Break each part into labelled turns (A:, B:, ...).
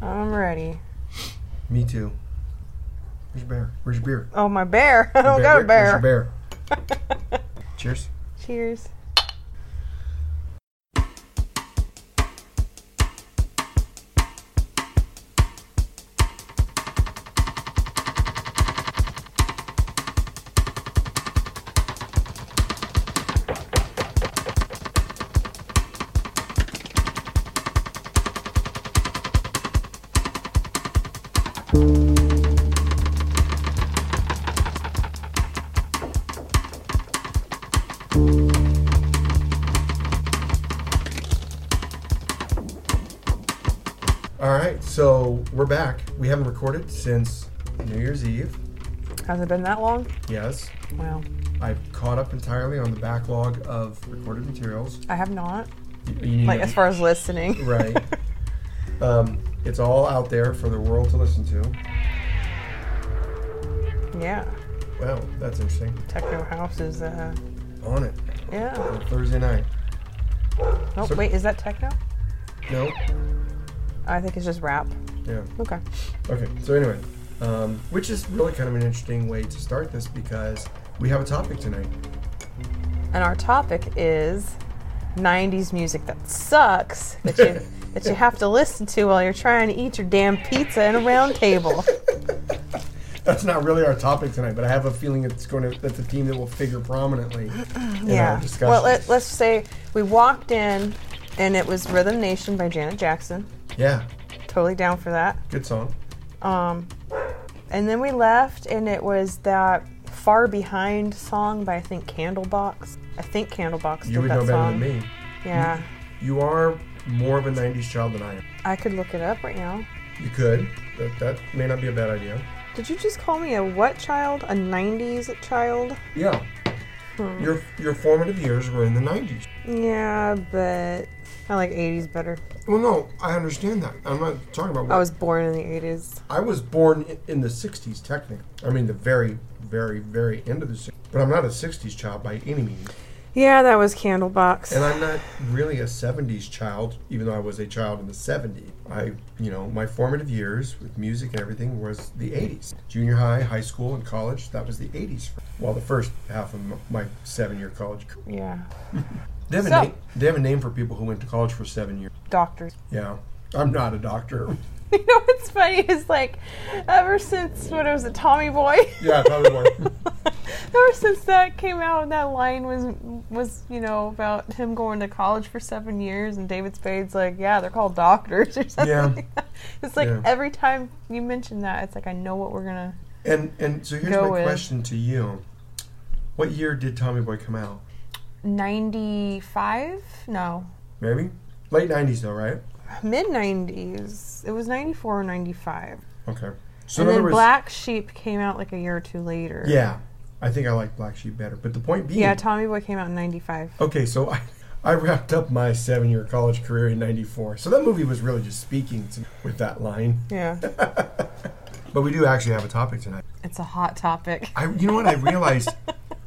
A: I'm ready.
B: Me too. Where's your bear? Where's your beer?
A: Oh, my bear. I
B: Your
A: don't got a
B: Where-
A: bear.
B: Where's your bear? Cheers.
A: Cheers.
B: All right, so we're back. We haven't recorded since New Year's Eve.
A: Has it been that long?
B: Yes,
A: Well,
B: I've caught up entirely on the backlog of recorded materials.
A: I have not.
B: You- you need
A: Like,
B: to-
A: as far as listening.
B: right. Um, it's all out there for the world to listen to.
A: yeah.
B: Well, that's interesting.
A: Techno House is, uh,
B: On it
A: yeah.
B: on Thursday night.
A: Oh,
B: So-
A: wait, is that techno?
B: No.
A: I think it's just rap.
B: Yeah.
A: Okay.
B: Okay. So anyway, um, which is really kind of an interesting way to start this because we have a topic tonight.
A: And our topic is 90s music that sucks that you, that you have to listen to while you're trying to eat your damn pizza in a round table.
B: That's not really our topic tonight, but I have a feeling it's going to that's a theme that will figure prominently in our
A: Yeah.
B: discussion.
A: Well, let, let's say we walked in and it was Rhythm Nation by Janet Jackson.
B: yeah,
A: Totally down for that.
B: good song.
A: Um, and then we left and it was that Far Behind song by I think Candlebox. I think Candlebox
B: You
A: did
B: would
A: that
B: know better
A: song.
B: than me.
A: Yeah.
B: You are more of a '90s child than I am.
A: I could look it up right now.
B: You could. That, that may not be a bad idea.
A: Did you just call me a what child? A 90s child?
B: Yeah.
A: Hmm.
B: Your your formative years were in the '90s.
A: Yeah, but I like 80s better.
B: Well, no, I understand that. I'm not talking about. What,
A: I was born in the 80s.
B: I was born i- in the '60s, technically. I mean, the very, very, very end of the '60s. But I'm not a '60s child by any means,
A: Yeah, that was Candlebox.
B: and I'm not really a '70s child, even though I was a child in the '70s. I, you know, my formative years with music and everything was the '80s. Junior high, high school, and college. That was the '80s. for- Well, the first half of m- my seven-year college. career.
A: yeah.
B: They have, a
A: So-
B: name, they have a name for people who went to college for seven years.
A: Doctors.
B: Yeah, I'm not a doctor.
A: You know what's funny is like, ever since when it was a Tommy Boy.
B: Yeah, Tommy Boy.
A: ever since that came out, and that line was was you know about him going to college for seven years, and David Spade's like, yeah, they're called doctors or something.
B: Yeah.
A: like that. It's like
B: Yeah.
A: every time you mention that, it's like I know what we're gonna.
B: And and so here's
A: Go
B: my
A: with-
B: question to you: What year did Tommy Boy come out?
A: Ninety five? No,
B: Maybe late '90s, though, right?
A: mid nineties. It was ninety four or ninety five.
B: Okay. So
A: and
B: in other
A: then
B: words,
A: Black Sheep came out like a year or two later.
B: Yeah, I think I like Black Sheep better. But the point being,
A: Yeah, Tommy Boy came out in ninety five.
B: okay, so I. I wrapped up my seven-year college career in '94, so that movie was really just speaking to me with that line.
A: Yeah.
B: But we do actually have a topic tonight.
A: it's a hot topic.
B: I, you know what? I realized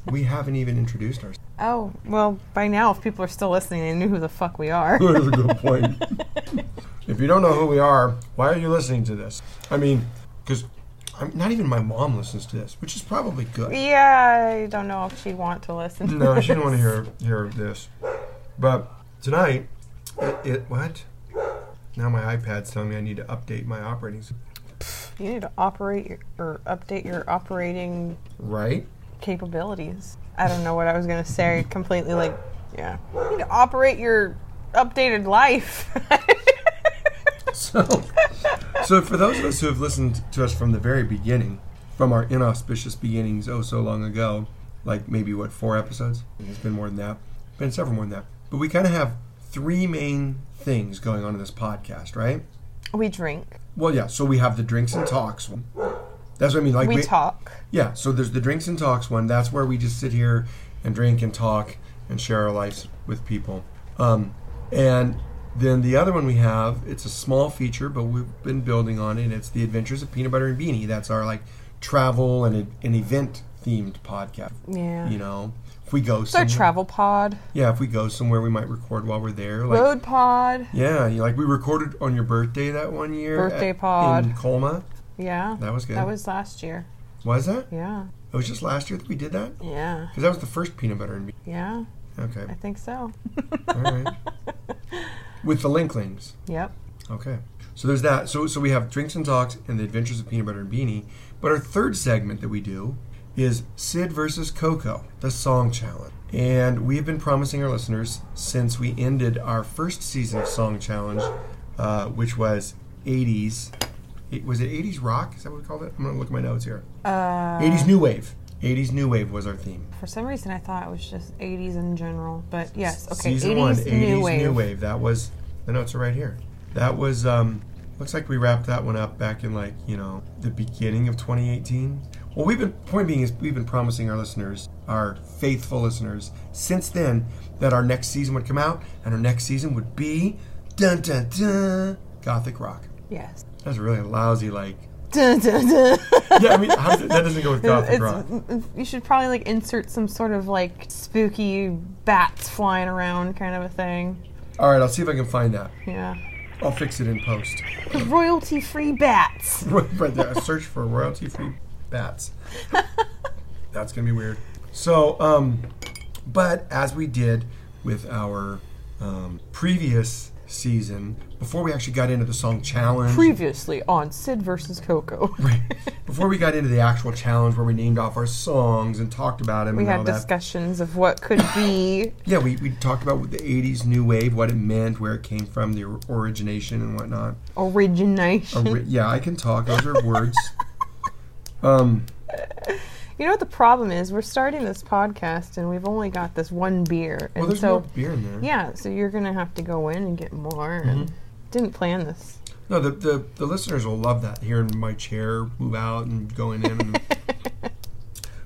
B: we haven't even introduced ourselves.
A: Oh, well, by now, if people are still listening, they knew who the fuck we are.
B: That's a good point. if you don't know who we are, why are you listening to this? I mean, because I'm not even my mom listens to this, which is probably good.
A: Yeah, I don't know if she want to listen. to
B: No, she
A: this.
B: didn't want to hear hear this. But tonight, it, it what? Now my iPad's telling me I need to update my operating system.
A: You need to operate your, or update your operating
B: Right?
A: capabilities. I don't know what I was gonna say. Completely like, yeah, you need to operate your updated life.
B: So, so for those of us who have listened to us from the very beginning, from our inauspicious beginnings oh so long ago, like maybe what four episodes? It's been more than that. Been several more than that. But we kind of have three main things going on in this podcast, right?
A: we drink,
B: Well, yeah. So we have the drinks and talks one. That's what I mean. Like
A: we talk.
B: Yeah. So there's the drinks and talks one. That's where we just sit here and drink and talk and share our lives with people. Um, and then the other one we have, it's a small feature, but we've been building on it. It's the Adventures of Peanut Butter and Beanie. That's our like travel and an event themed podcast.
A: Yeah.
B: You know, If we go
A: It's our
B: somewhere,
A: travel pod,
B: yeah, if we go somewhere, we might record while we're there. Like,
A: road pod.
B: yeah, you, like we recorded on your birthday that one year.
A: Birthday pod.
B: in Colma.
A: Yeah,
B: That was good.
A: that was last year.
B: Was that?
A: Yeah,
B: It was just last year that we did that
A: yeah,
B: because that was the first peanut butter and me.
A: yeah.
B: Okay,
A: I think so.
B: all right. With the Linklings.
A: Yep.
B: Okay. So there's that. So so we have drinks and talks and the adventures of Peanut Butter and Beanie. But our third segment that we do is Sid versus Coco, the song challenge. And we have been promising our listeners since we ended our first season of Song Challenge, uh, which was 80s. It, was it 80s rock? Is that what we called it? I'm going to look at my notes here.
A: Uh,
B: 80s new wave. 80s new wave was our theme.
A: for some reason, I thought it was just 80s in general, but yes. Okay,
B: Season
A: 80s,
B: one,
A: new, wave.
B: new wave. That was the notes are right here. That was um, looks like we wrapped that one up back in like you know the beginning of 2018. Well, we've been point being is we've been promising our listeners, our faithful listeners, since then that our next season would come out, and our next season would be dun dun dun gothic rock.
A: Yes.
B: That's really lousy. Like
A: Dun, dun, dun.
B: yeah, I mean how does, that doesn't go with gothic
A: It's-
B: rock.
A: you should probably like insert some sort of like spooky bats flying around kind of a thing.
B: All right, I'll see if I can find that.
A: Yeah.
B: I'll fix it in post.
A: Royalty free bats.
B: but there, a search for royalty free bats. That's gonna be weird. So, um, but as we did with our um, previous season, before we actually got into the song challenge,
A: Previously on Sid versus Coco,
B: before we got into the actual challenge where we named off our songs and talked about them
A: we
B: and all
A: had
B: that,
A: discussions of what could be.
B: yeah, we, we talked about what the '80s new wave, what it meant, where it came from, the or- origination and whatnot.
A: Origination.
B: Ori- yeah, I can talk. Those are words. Um,
A: You know what the problem is? We're starting this podcast and we've only got this one beer,
B: well,
A: and
B: there's
A: so
B: more beer in there.
A: yeah, so you're gonna have to go in and get more.
B: Mm-hmm.
A: And didn't plan this.
B: No, the, the the listeners will love that hearing my chair move out and going in. And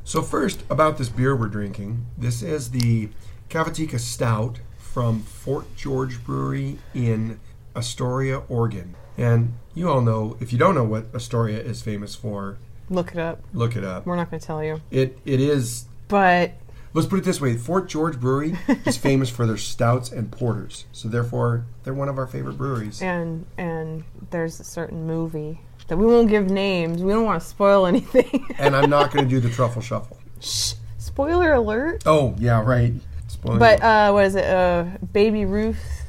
B: so first about this beer we're drinking. This is the Cavatica Stout from Fort George Brewery in Astoria, Oregon. And you all know if you don't know what Astoria is famous for,
A: Look it up.
B: look it up.
A: We're not gonna tell you,
B: It it is.
A: but
B: Let's put it this way: Fort George Brewery is famous for their stouts and porters. So therefore, they're one of our favorite breweries.
A: and and there's a certain movie that we won't give names. We don't want to spoil anything.
B: And I'm not going to do the truffle shuffle.
A: Shh. Spoiler alert.
B: Oh yeah, right. Spoiler.
A: But uh, what is it? Uh, Baby Ruth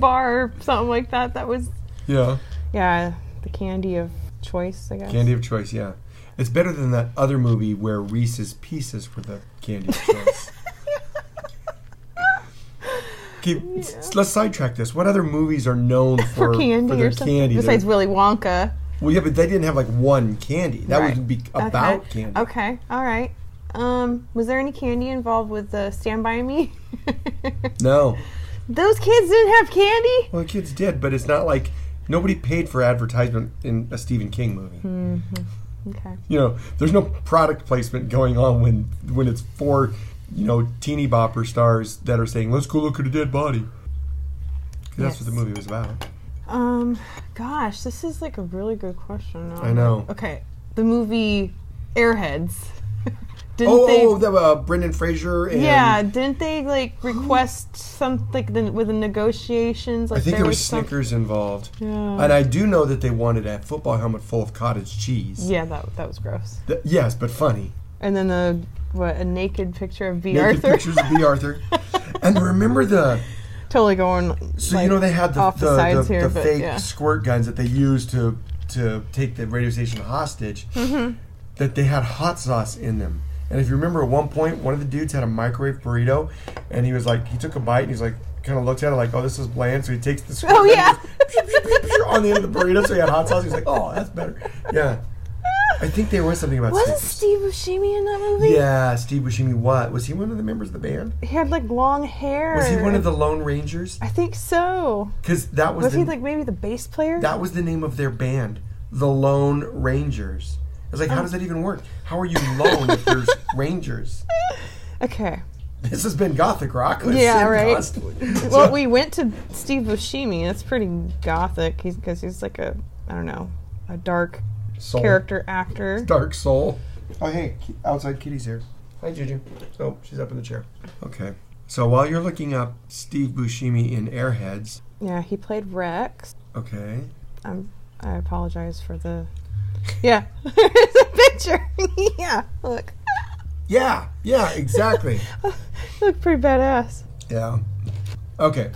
A: bar, or something like that. That was
B: yeah,
A: yeah, the candy of choice, I guess.
B: candy of choice. Yeah, it's better than that other movie where Reese's Pieces were the candy of choice. Keep, s- Let's sidetrack this. What other movies are known
A: for
B: for,
A: candy
B: their
A: or something.
B: candy?
A: Besides
B: They're-
A: Willy Wonka.
B: well, yeah, but they didn't have like one candy. That
A: Right.
B: would be about
A: okay.
B: candy.
A: Okay. All right. Um, was there any candy involved with the Stand By Me?
B: No,
A: Those kids didn't have candy.
B: well, the kids did, but it's not like nobody paid for advertisement in a Stephen King movie.
A: Okay.
B: you know, there's no product placement going on when when it's four, you know, teeny bopper stars that are saying, "Let's go look at a dead body." 'Cause That's what the
A: Yes.
B: movie was about.
A: Um, gosh, this is like a really good question. Um,
B: I know.
A: Okay. The movie Airheads. didn't
B: Oh,
A: they?
B: oh, the uh, Brendan Fraser and
A: yeah, didn't they like request something like, the, with the negotiations? Like
B: I think there was
A: some-
B: Snickers involved,
A: Yeah.
B: and I do know that they wanted a football helmet full of cottage cheese.
A: yeah, that that was gross.
B: Th- yes, but funny.
A: And then the what a naked picture of B.
B: Naked
A: Arthur.
B: pictures of B. Arthur, and remember the
A: totally going.
B: So
A: like,
B: you know they had the
A: off the
B: the, the,
A: sides here,
B: the
A: but
B: fake
A: yeah.
B: squirt guns that they used to to take the radio station hostage.
A: Mm-hmm.
B: That they had hot sauce in them. And if you remember, at one point, one of the dudes had a microwave burrito, and he was like, he took a bite and he's like, kind of looked at it like, oh, this is bland. So he takes the squirt
A: Oh,
B: gun
A: yeah.
B: and goes on the end of the burrito. So he had hot sauce. He's like, oh, that's better. Yeah. I think there was something about
A: Wasn't
B: Steve.
A: Steve Buscemi in that movie?
B: Yeah, Steve Buscemi. What was he? One of the members of the band?
A: He had like long hair.
B: Was he one of the Lone Rangers?
A: I think so.
B: Because that was
A: Was
B: the,
A: he like maybe the bass player?
B: That was the name of their band, the Lone Rangers. I was like, how does that even work? How are you lone if there's Rangers?
A: okay.
B: This has been Gothic Rock. with
A: Yeah,
B: Sid
A: right.
B: Constable.
A: Well, we went to Steve Buscemi. That's pretty gothic because he's like a I don't know a dark
B: Soul.
A: character actor.
B: Dark Soul. Oh, hey, ki- outside kitty's here. Hi, Juju. Oh, she's up in the chair. Okay. So while you're looking up Steve Buscemi in Airheads,
A: Yeah, he played Rex.
B: okay.
A: I'm, I apologize for the. Yeah, there's a picture. yeah, look,
B: Yeah, yeah, exactly.
A: look pretty badass.
B: yeah. Okay.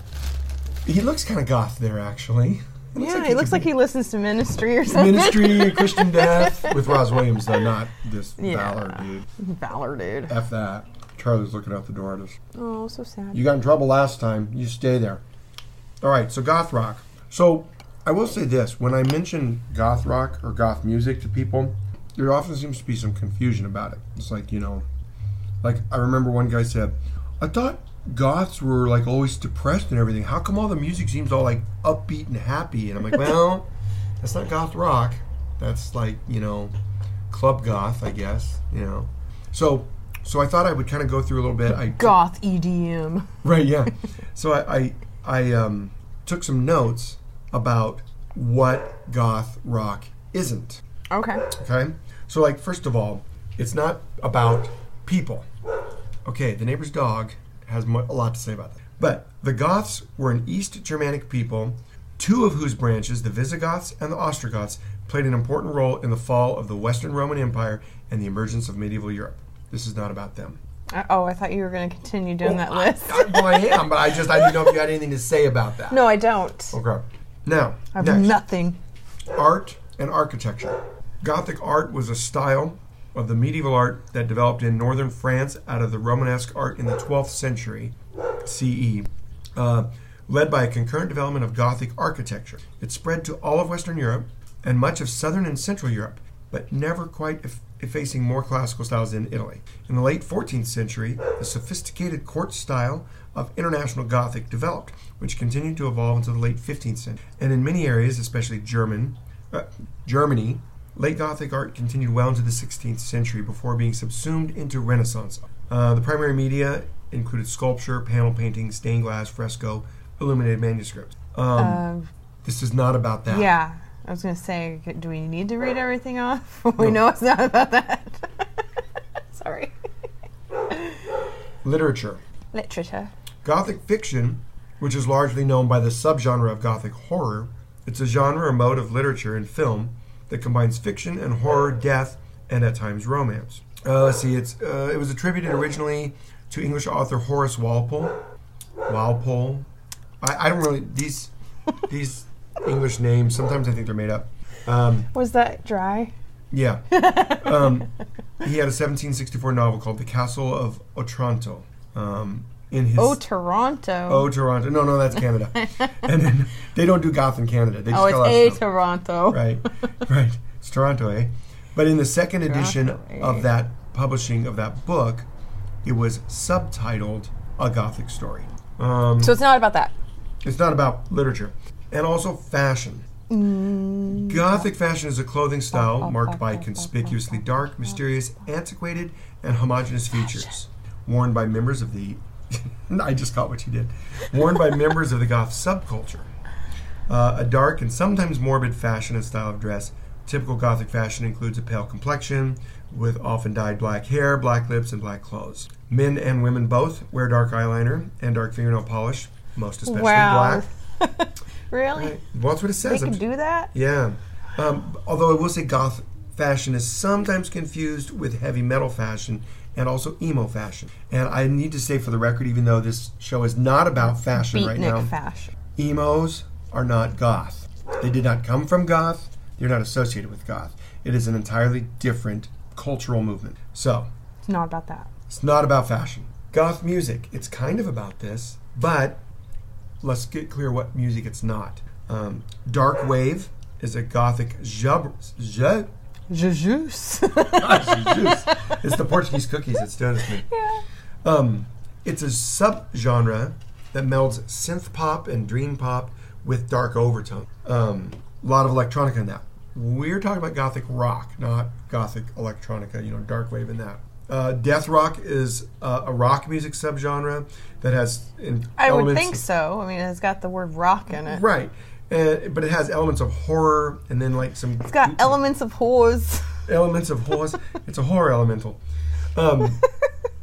B: He looks kind of goth there, actually.
A: yeah, he looks
B: could
A: like he listens to Ministry or something.
B: Ministry, Christian Death, with Roz Williams, though, not this
A: Yeah.
B: Ballard dude.
A: Valor, dude.
B: F that. Charlie's looking out the door at us.
A: Oh, so sad.
B: You got in trouble last time. You stay there. All right, so goth rock. So I will say this when I mention goth rock or goth music to people, there often seems to be some confusion about it. It's like, you know, like I remember one guy said, I thought goths were like always depressed and everything. How come all the music seems all like upbeat and happy? And I'm like, well, that's not goth rock. That's like, you know, club goth, I guess, you know. So so I thought I would kind of go through a little bit. I
A: Goth E EDM.
B: Right. Yeah. so I I, I um, took some notes about what goth rock isn't.
A: Okay.
B: Okay. So like first of all, it's not about people. Okay. The neighbor's dog has mu- a lot to say about that. But the Goths were an East Germanic people, two of whose branches, the Visigoths and the Ostrogoths, played an important role in the fall of the Western Roman Empire and the emergence of medieval Europe. This is not about them.
A: I, oh, I thought you were going to continue doing that list.
B: Oh, I, well, I am, but I just I didn't know if you had anything to say about that.
A: no, I don't.
B: Okay. Now,
A: I have
B: next,
A: nothing.
B: art and architecture. Gothic art was a style of the medieval art that developed in northern France out of the Romanesque art in the 12th century CE, uh, led by a concurrent development of Gothic architecture. It spread to all of Western Europe and much of southern and central Europe, but never quite ef- effacing more classical styles in Italy. In the late 14th century, the sophisticated court style of international Gothic developed, which continued to evolve into the late 15th century. And in many areas, especially German, uh, Germany, late Gothic art continued well into the 16th century before being subsumed into Renaissance. Uh, the primary media included sculpture, panel painting, stained glass, fresco, illuminated manuscripts. Um,
A: Um,
B: this is not about that.
A: yeah, I was going to say, do we need to read everything off? we know it's not about that. Sorry.
B: Literature.
A: Literature.
B: Gothic fiction, which is largely known by the subgenre of Gothic horror, it's a genre or mode of literature and film that combines fiction and horror, death, and at times romance. Uh, let's see, it's, uh, it was attributed originally to English author Horace Walpole. Walpole. I, I don't really these these English names. Sometimes I think they're made up. Um,
A: Was that dry?
B: yeah. Um, he had a 1764 novel called The Castle of Otranto. Um, in his
A: Oh, Toronto.
B: Oh, Toronto. No, no, that's Canada. and then they don't do goth in Canada. They just
A: Oh,
B: call out
A: it's a
B: Toronto.
A: Toronto.
B: Right, right. It's Toronto, eh? But in the second edition
A: Toronto, eh?
B: of that publishing of that book, it was subtitled "A Gothic Story." Um,
A: So it's not about that.
B: it's not about literature, and also fashion. Gothic fashion is a clothing style marked by conspicuously dark, mysterious, antiquated, and homogenous features, worn by members of the. I just caught what you did. Worn by members of the goth subculture. Uh, a dark and sometimes morbid fashion and style of dress. Typical Gothic fashion includes a pale complexion with often dyed black hair, black lips, and black clothes. Men and women both wear dark eyeliner and dark fingernail polish, most especially
A: Wow.
B: black.
A: really?
B: Right. Well, that's what it
A: They
B: says. I'm
A: can
B: just-
A: do that?
B: yeah. Um, although I will say goth fashion is sometimes confused with heavy metal fashion and also emo fashion. And I need to say for the record, even though this show is not about fashion right
A: Beatnik
B: now,
A: fashion.
B: emos are not goth. They did not come from goth. They're not associated with goth. It is an entirely different cultural movement. So,
A: It's not about that.
B: it's not about fashion. Goth music, it's kind of about this, but let's get clear what music it's not. Um, dark wave is a gothic jub, ju-
A: Jujus.
B: it's the Portuguese cookies that's doing it to me. Um, it's a subgenre that melds synth pop and dream pop with dark overtone. Um, a lot of electronica in that. We're talking about gothic rock, not gothic electronica. You know, dark wave and that. Uh, death rock is uh, a rock music subgenre that has in
A: I would
B: elements
A: think so. I mean, it's got the word rock in it.
B: Oh, right, uh, but it has elements of horror and then like some
A: It's got elements of whores.
B: elements of horse. it's a horror elemental. Um,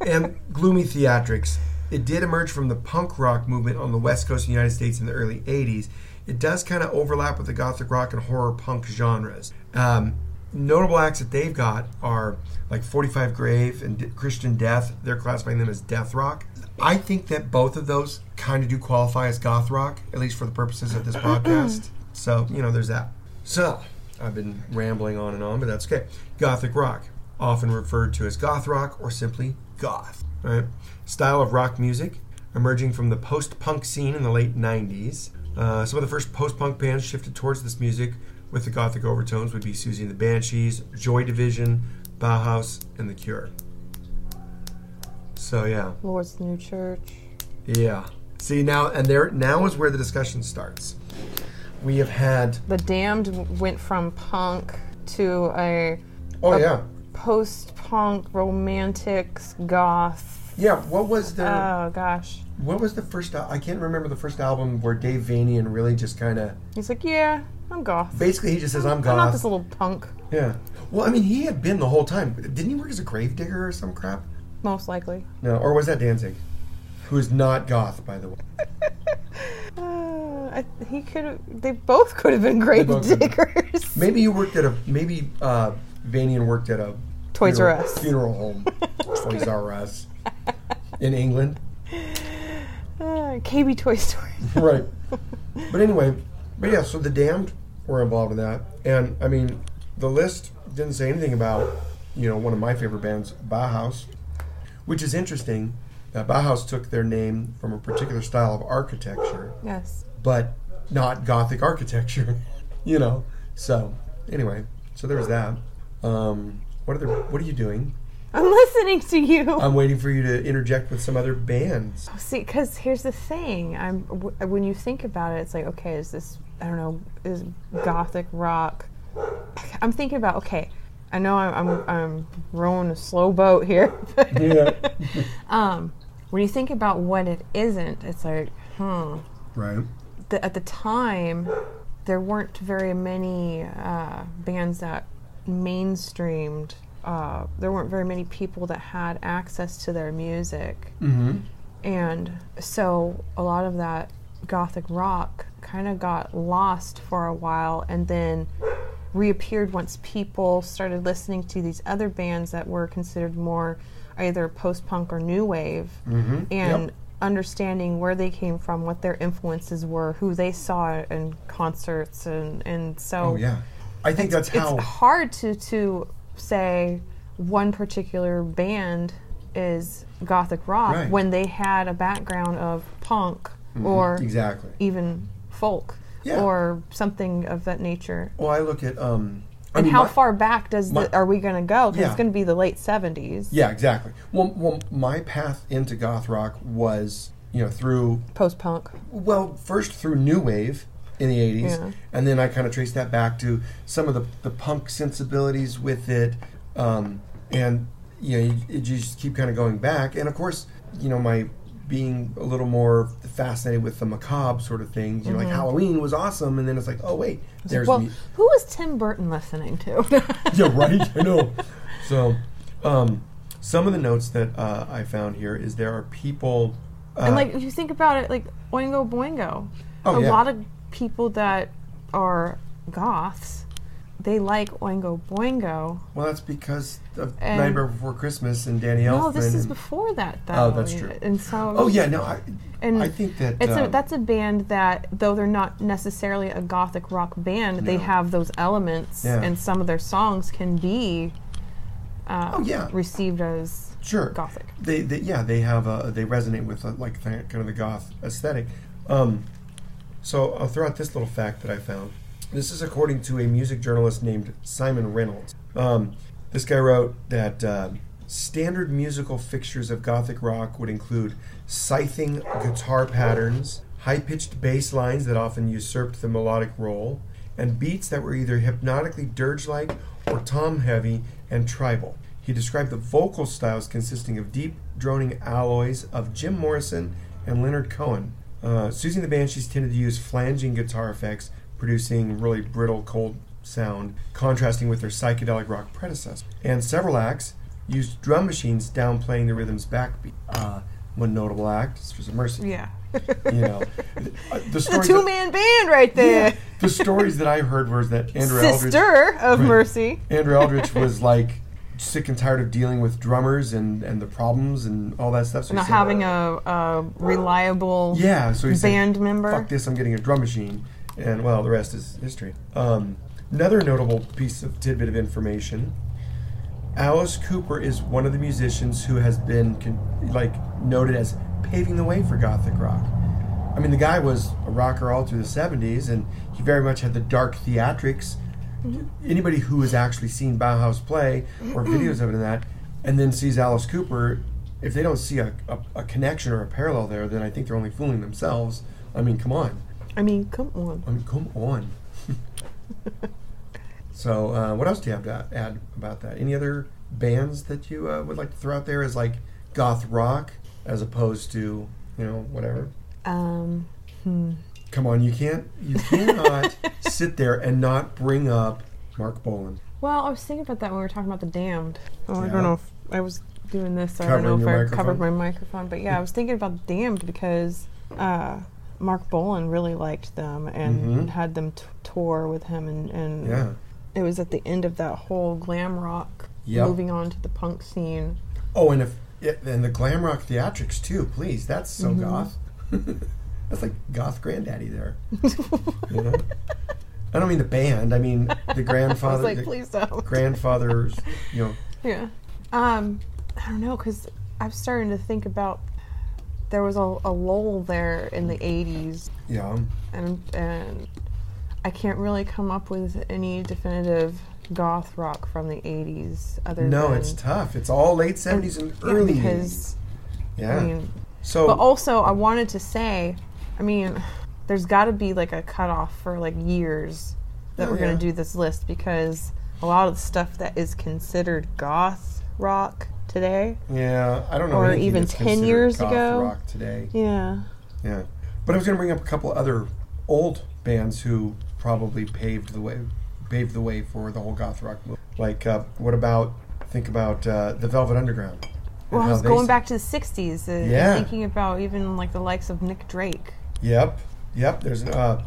B: and gloomy theatrics. It did emerge from the punk rock movement on the west coast of the United States in the early 80s. It does kind of overlap with the gothic rock and horror punk genres. Um, notable acts that they've got are like 45 Grave and D- Christian Death. They're classifying them as death rock. I think that both of those kind of do qualify as goth rock, at least for the purposes of this podcast. So, you know, there's that. So, I've been rambling on and on, but that's okay. Gothic rock, often referred to as goth rock or simply goth. Right? Style of rock music, emerging from the post punk scene in the late 90s. Uh, some of the first post punk bands shifted towards this music with the gothic overtones would be Susie and the Banshees, Joy Division, Bauhaus, and The Cure. So, yeah.
A: Lord's New Church.
B: Yeah. See now, and there now is where the discussion starts. We have had
A: The Damned w- went from punk to a
B: oh yeah
A: post-punk, romantic, goth.
B: yeah. What was the
A: Oh gosh,
B: what was the first? al- I can't remember the first album where Dave Vanian really just kind of
A: he's like, yeah, I'm goth.
B: basically he just says I'm
A: I'm not this
B: goth.
A: little punk,
B: Yeah. Well, I mean he had been the whole time. Didn't he work as a grave digger or some crap?
A: most likely.
B: No, or was that Danzig, who is not goth by the way?
A: Uh, I, he could have. They both could have been grave
B: both could've
A: diggers.
B: Maybe you worked at a maybe uh, Vanian worked at a
A: Toys R
B: funeral-
A: Us.
B: funeral home Toys R Us in England.
A: Uh, KB Toy Story.
B: right. But anyway, but yeah, so the damned were involved in that. And I mean, the list didn't say anything about, you know, one of my favorite bands, Bauhaus, which is interesting. Uh, Bauhaus took their name from a particular style of architecture,
A: yes.
B: but not Gothic architecture, you know. So, anyway, so there was that. Um, what, other, what are you doing?
A: I'm listening to you.
B: I'm waiting for you to interject with some other bands.
A: See, because here's the thing. I'm w- uh, when you think about it, it's like, okay, is this I don't know, is gothic rock? I'm thinking about okay. I know I'm I'm, I'm rowing a slow boat here. but,
B: Yeah.
A: um, when you think about what it isn't, it's like, hmm.
B: Right.
A: The, at the time, there weren't very many uh, bands that mainstreamed. Uh, there weren't very many people that had access to their music.
B: Mm-hmm.
A: And so a lot of that gothic rock kind of got lost for a while and then reappeared once people started listening to these other bands that were considered more either post punk or new wave
B: Mhm.
A: and
B: Yep.
A: understanding where they came from, what their influences were, who they saw in concerts and, and so
B: Oh, yeah. I think that's how.
A: it's hard to to say one particular band is gothic rock
B: Right.
A: when they had a background of punk or
B: Exactly.
A: even folk
B: Yeah.
A: or something of that nature.
B: Well, I look at um. I
A: and
B: mean,
A: how
B: my-
A: far back does
B: my-
A: the, are we going to go? 'Cause
B: Yeah.
A: it's going to be the late seventies,
B: Yeah, exactly. Well, well, my path into goth rock was you know through
A: post punk.
B: well first through new wave in the eighties,
A: Yeah.
B: and then I kind of traced that back to some of the the punk sensibilities with it, um, and you know you, you just keep kind of going back, and of course you know my being a little more fascinated with the macabre sort of things, you know, like Halloween was awesome, and then it's like, oh wait, there's
A: Mm-hmm. Well,
B: me.
A: who was Tim Burton listening to?
B: yeah, right. I know. So, um, some of the notes that uh, I found here is there are people. Uh,
A: And like if you think about it, like Oingo Boingo,
B: Oh,
A: a
B: yeah.
A: lot of people that are goths, they like Oingo Boingo.
B: well, that's because of
A: and-
B: Nightmare Before Christmas and Danny
A: No,
B: Elfman.
A: Oh, this is
B: and-
A: before that though.
B: Oh, that's true.
A: And so,
B: oh yeah, no, I,
A: and
B: I think that
A: it's a,
B: um,
A: that's a band that though they're not necessarily a gothic rock band, they
B: No.
A: have those elements,
B: Yeah.
A: and some of their songs can be uh,
B: Oh, yeah.
A: received as
B: sure
A: gothic.
B: They, they yeah they have a, they resonate with uh like th- kind of the goth aesthetic. Um, so I'll throw out this little fact that I found. This is according to a music journalist named Simon Reynolds. Um, this guy wrote that uh, standard musical fixtures of gothic rock would include scything guitar patterns, high-pitched bass lines that often usurped the melodic role, and beats that were either hypnotically dirge-like or tom-heavy and tribal. He described the vocal styles consisting of deep, droning alloys of Jim Morrison and Leonard Cohen. Uh, Susie and the Banshees tended to use flanging guitar effects, producing really brittle, cold sound, contrasting with their psychedelic rock predecessor. And several acts, used drum machines downplaying the rhythm's backbeat. Uh, one notable act, Sisters of Mercy.
A: Yeah.
B: You know, Uh, the
A: The
B: stories
A: two
B: that,
A: man band right there.
B: the stories that I heard was that Andrew Eldridge,
A: Sister of
B: Right.
A: Mercy.
B: Andrew Eldridge was like sick and tired of dealing with drummers and, and the problems and all that stuff. So he
A: Not
B: said, uh,
A: having a, a reliable
B: yeah, so he said,
A: band member.
B: fuck this, I'm getting a drum machine. And, well, the rest is history. Um, another notable piece of tidbit of information Alice Cooper is one of the musicians who has been, con- like, noted as paving the way for Gothic rock. I mean, the guy was a rocker all through the 70s, and he very much had the dark theatrics. Anybody who has actually seen Bauhaus play or videos of it and that, and then sees Alice Cooper, if they don't see a, a, a connection or a parallel there, then I think they're only fooling themselves. I mean, come on.
A: I mean, come on.
B: I mean, come on. so, uh, what else do you have to add about that? Any other bands that you uh, would like to throw out there as like goth rock as opposed to, you know, whatever?
A: Um, hmm.
B: Come on, you can't you cannot sit there and not bring up Mark Bolan.
A: Well, I was thinking about that when we were talking about the damned. Oh, I
B: Yeah.
A: don't know if I was doing this. so I
B: Covering
A: don't know if I
B: your
A: covered my
B: microphone?
A: microphone, but yeah, I was thinking about the damned because uh, Mark Bolan really liked them and
B: Mhm.
A: had them t- tour with him, and, and
B: Yeah.
A: it was at the end of that whole glam rock
B: Yep.
A: moving on to the punk scene.
B: Oh, and if yeah, and the glam rock theatrics too, please. That's so
A: Mhm.
B: goth. That's like goth granddaddy there. You know? I don't mean the band. I mean the
A: I was
B: grandfather.
A: like,
B: the
A: please don't.
B: grandfather's. You know.
A: Yeah. Um, I don't know because I'm starting to think about there was a, a lull there in the '80s,
B: Yeah.
A: and and I can't really come up with any definitive goth rock from the '80s other
B: No,
A: than
B: it's tough. It's all late seventies and
A: Mm-hmm. Yeah,
B: early. 80s.
A: because
B: Yeah.
A: I mean,
B: so
A: but also I wanted to say, I mean, there's got to be like a cutoff for like years that
B: Oh,
A: we're gonna
B: yeah.
A: do this list because a lot of the stuff that is considered goth rock today
B: yeah, I don't know.
A: or
B: anything
A: even
B: that's
A: 10
B: considered
A: years
B: goth
A: ago.
B: Rock today.
A: yeah
B: Yeah. But I was going to bring up a couple other old bands who probably paved the way paved the way for the whole goth rock movement. Like uh, what about think about uh, the Velvet Underground? and
A: Well, I
B: how
A: was
B: they
A: going
B: s-
A: back to the '60s uh, and
B: Yeah.
A: thinking about even like the likes of Nick Drake.
B: Yep. Yep, there's uh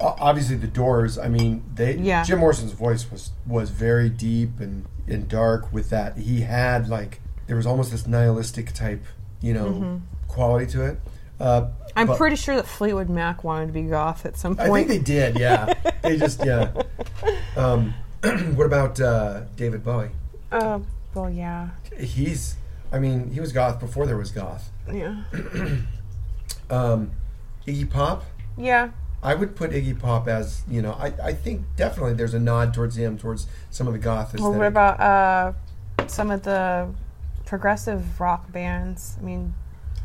B: o- obviously the Doors, I mean, they
A: Yeah.
B: Jim Morrison's voice was was very deep and and dark with that. He had like there was almost this nihilistic type, you know,
A: Mm-hmm.
B: quality to it. Uh,
A: I'm
B: but-
A: pretty sure that Fleetwood Mac wanted to be goth at some
B: I think
A: point.
B: they did. Yeah, they just yeah. Um, what about uh, David Bowie?
A: Uh, well, yeah,
B: He's, I mean, he was goth before there was goth.
A: yeah,
B: Um, Iggy Pop.
A: yeah.
B: I would put Iggy Pop as you know. I, I think definitely there's a nod towards him towards some of the goth.
A: Well,
B: aesthetic.
A: what about uh, some of the progressive rock bands? I mean,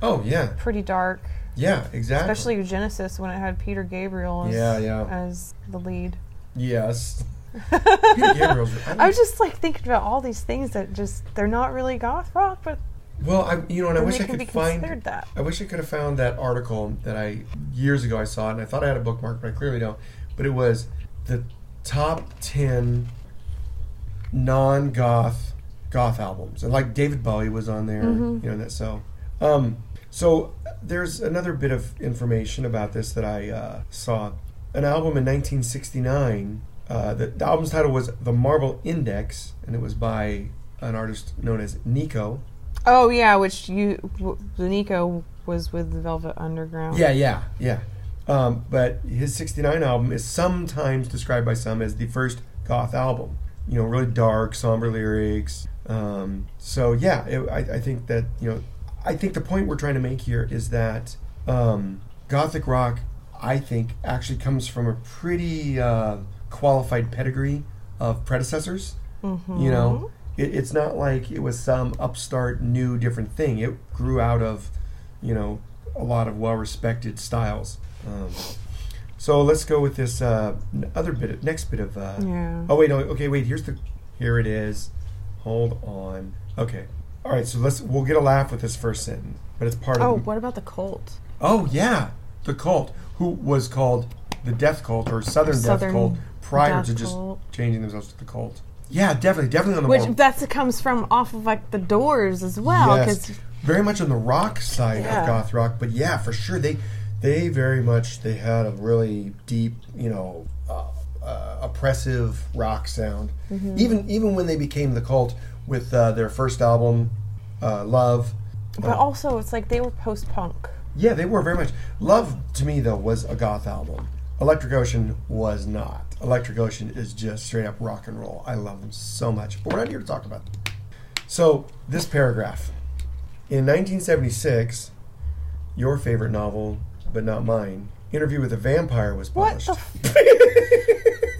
B: Oh yeah,
A: pretty dark,
B: yeah, exactly.
A: especially Genesis when it had Peter Gabriel as,
B: Yeah, yeah.
A: as the lead.
B: yes. Peter Gabriel's. I
A: I
B: don't-
A: was just like thinking about all these things that just they're not really goth rock, but
B: well, I you know, and I
A: then
B: wish
A: they
B: I
A: can be
B: could find
A: considered that.
B: I wish I could have found that article that I years ago I saw it and I thought I had a bookmark, but I clearly don't. But it was the top ten non goth goth albums. And like David Bowie was on there, you know, that so um so there's another bit of information about this that I uh, saw. An album in 1969. Uh, the, the album's title was The Marble Index, and it was by an artist known as Nico.
A: Oh yeah, which you w- the Nico was with the Velvet Underground.
B: Yeah, yeah, yeah. Um, but his '69 album is sometimes described by some as the first goth album. You know, really dark, somber lyrics. Um, so yeah, it, I, I think that you know, I think the point we're trying to make here is that um, gothic rock, I think, actually comes from a pretty uh, qualified pedigree of predecessors.
A: Mm-hmm.
B: You know, it, it's not like it was some upstart, new, different thing. It grew out of, you know, a lot of well-respected styles. Um, so let's go with this uh, n- other bit, of, next bit of. Uh,
A: Yeah.
B: Oh wait, no, okay, wait. Here's the. Here it is. Hold on. Okay. All right. So let's. We'll get a laugh with this first sentence, but it's part
A: Oh,
B: of. the-
A: what about the Colt?
B: Oh yeah, the cult, who was called the Death Cult or Southern,
A: Southern
B: Death Cult prior
A: Death
B: to just
A: Cult.
B: changing themselves to the cult. Yeah, definitely, definitely on the
A: Which
B: more-
A: that's comes from off of like the Doors as well,
B: yes,
A: because
B: very much on the rock side
A: Yeah.
B: of goth rock. But yeah, for sure they they very much they had a really deep, you know, uh, uh, oppressive rock sound.
A: Mm-hmm.
B: Even even when they became the cult with uh, their first album, uh, Love.
A: but also it's like they were post punk.
B: Yeah, they were very much. Love to me though was a goth album. Electric Ocean was not. Electric Ocean is just straight up rock and roll. I love them so much, but we're not here to talk about them. So this paragraph in 1976, your favorite novel, but not mine, Interview with a Vampire was
A: What
B: published.
A: the? F-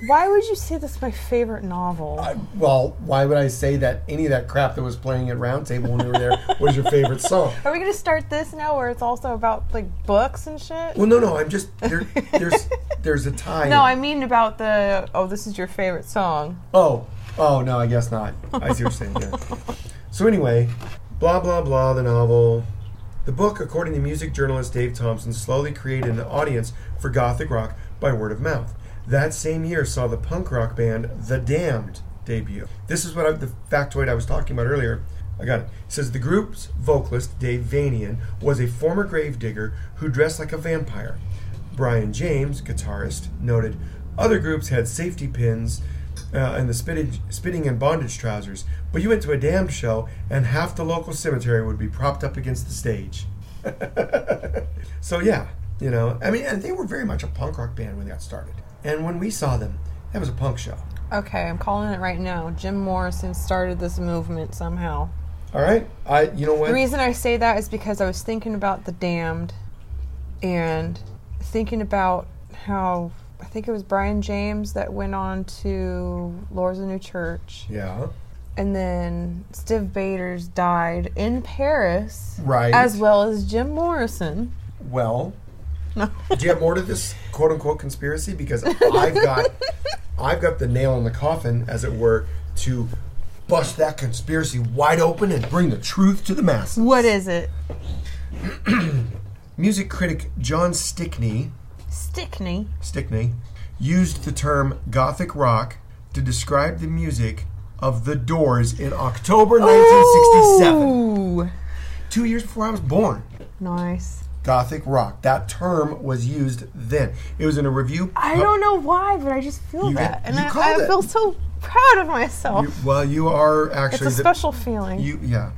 A: Why would you say that's my favorite novel?
B: well, why would I say that any of that crap that was playing at Roundtable when we were there was your favorite song?
A: Are we gonna start this now, where it's also about like books and shit?
B: Well, no, no, I'm just there, there's there's a tie.
A: No, I mean about the oh, this is your favorite song.
B: Oh, oh no, I guess not. I see what you're saying. Yeah. So anyway, blah blah blah. The novel, the book, according to music journalist Dave Thompson, slowly created an audience for gothic rock by word of mouth. That same year saw the punk rock band The Damned debut. This is what I, the factoid I was talking about earlier. I got it. It says the group's vocalist Dave Vanian was a former gravedigger who dressed like a vampire. Brian James, guitarist, noted other groups had safety pins uh, and the spittage, spitting and bondage trousers, but you went to a damned show and half the local cemetery would be propped up against the stage. so, yeah, you know, I mean, and they were very much a punk rock band when they got started. And when we saw them, that was a punk show.
A: Okay, I'm calling it right now. Jim Morrison started this movement somehow.
B: All right? I, you know what?
A: The reason I say that is because I was thinking about the damned and thinking about how I think it was Brian James that went on to Lord's of New Church.
B: yeah.
A: And then Stiv Baders died in Paris.
B: Right.
A: As well as Jim Morrison.
B: Well,
A: No.
B: do you have more to this quote unquote conspiracy? Because I've got I've got the nail in the coffin, as it were, to bust that conspiracy wide open and bring the truth to the masses.
A: What is it?
B: Music critic John Stickney
A: Stickney.
B: Stickney used the term gothic rock to describe the music of the Doors in October 1967,
A: Ooh.
B: two years before I was born.
A: Nice.
B: Gothic rock. That term was used then. It was in a review.
A: I don't know why, but I just feel
B: You-
A: that. And
B: you
A: I,
B: called
A: I
B: it.
A: feel so proud of myself.
B: You, well, you are
A: it's
B: actually
A: a
B: the-
A: special feeling.
B: You yeah,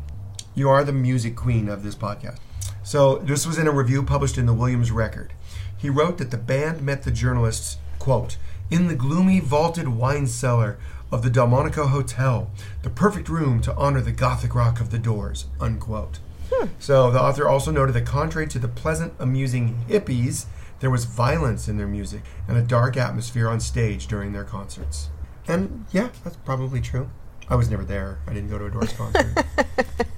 B: you are the music queen of this podcast. So this was in a review published in the Williams Record. He wrote that the band met the journalists quote in the gloomy vaulted wine cellar of the Delmonico Hotel, the perfect room to honor the gothic rock of the Doors unquote. So the author also noted that contrary to the pleasant, amusing hippies, there was violence in their music and a dark atmosphere on stage during their concerts. And yeah, that's probably true. I was never there. I didn't go to a Doors concert.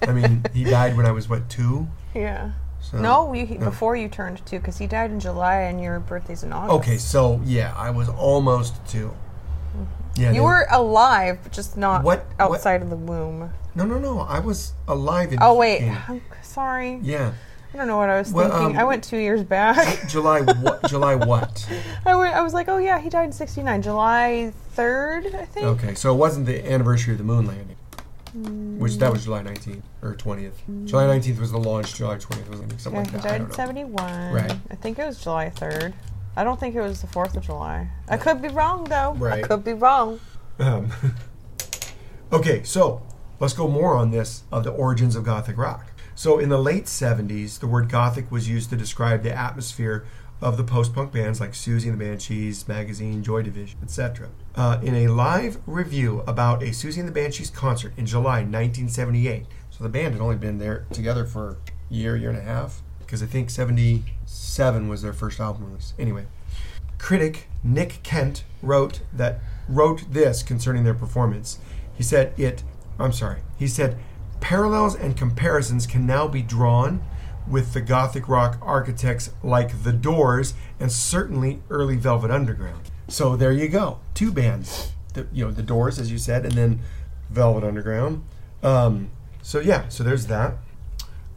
B: I mean, he died when I was what two?
A: yeah.
B: So,
A: No, you, before you turned two, because he died in July and your birthday's in August.
B: Okay, so yeah, I was almost two. Yeah, they-
A: Mm-hmm. You were alive, but just not
B: What- what-
A: outside of the womb.
B: no, no, no. I was alive in.
A: Oh, wait.
B: Yeah.
A: I'm sorry.
B: Yeah.
A: I don't know what I was
B: Well,
A: thinking.
B: um,
A: I went two years back.
B: July what? July what?
A: I, went, I was like, oh, yeah, he died in 69. July 3rd, I think.
B: Okay, so it wasn't the anniversary of the moon landing, which that
A: Mm.
B: was July 19th or 20th. July 19th was the launch. July 20th was something
A: Yeah,
B: like
A: he
B: that.
A: died
B: I don't
A: in
B: know.
A: 71.
B: Right.
A: I think it was July 3rd. I don't think it was the 4th of July. I could be wrong, though.
B: Right.
A: I could be wrong.
B: Um, okay, so let's go more on this of the origins of Gothic rock. So, in the late 70s, the word Gothic was used to describe the atmosphere of the post punk bands like Susie and the Banshees, Magazine, Joy Division, etc. Uh, in a live review about a Susie and the Banshees concert in July 1978, so the band had only been there together for a year, year and a half, because I think 77 was their first album release. Anyway, critic Nick Kent wrote that wrote this concerning their performance. He said it I'm sorry. He said parallels and comparisons can now be drawn with the gothic rock architects like The Doors and certainly early Velvet Underground. So there you go. Two bands. The, you know, The Doors as you said and then Velvet Underground. Um, so yeah, so there's that.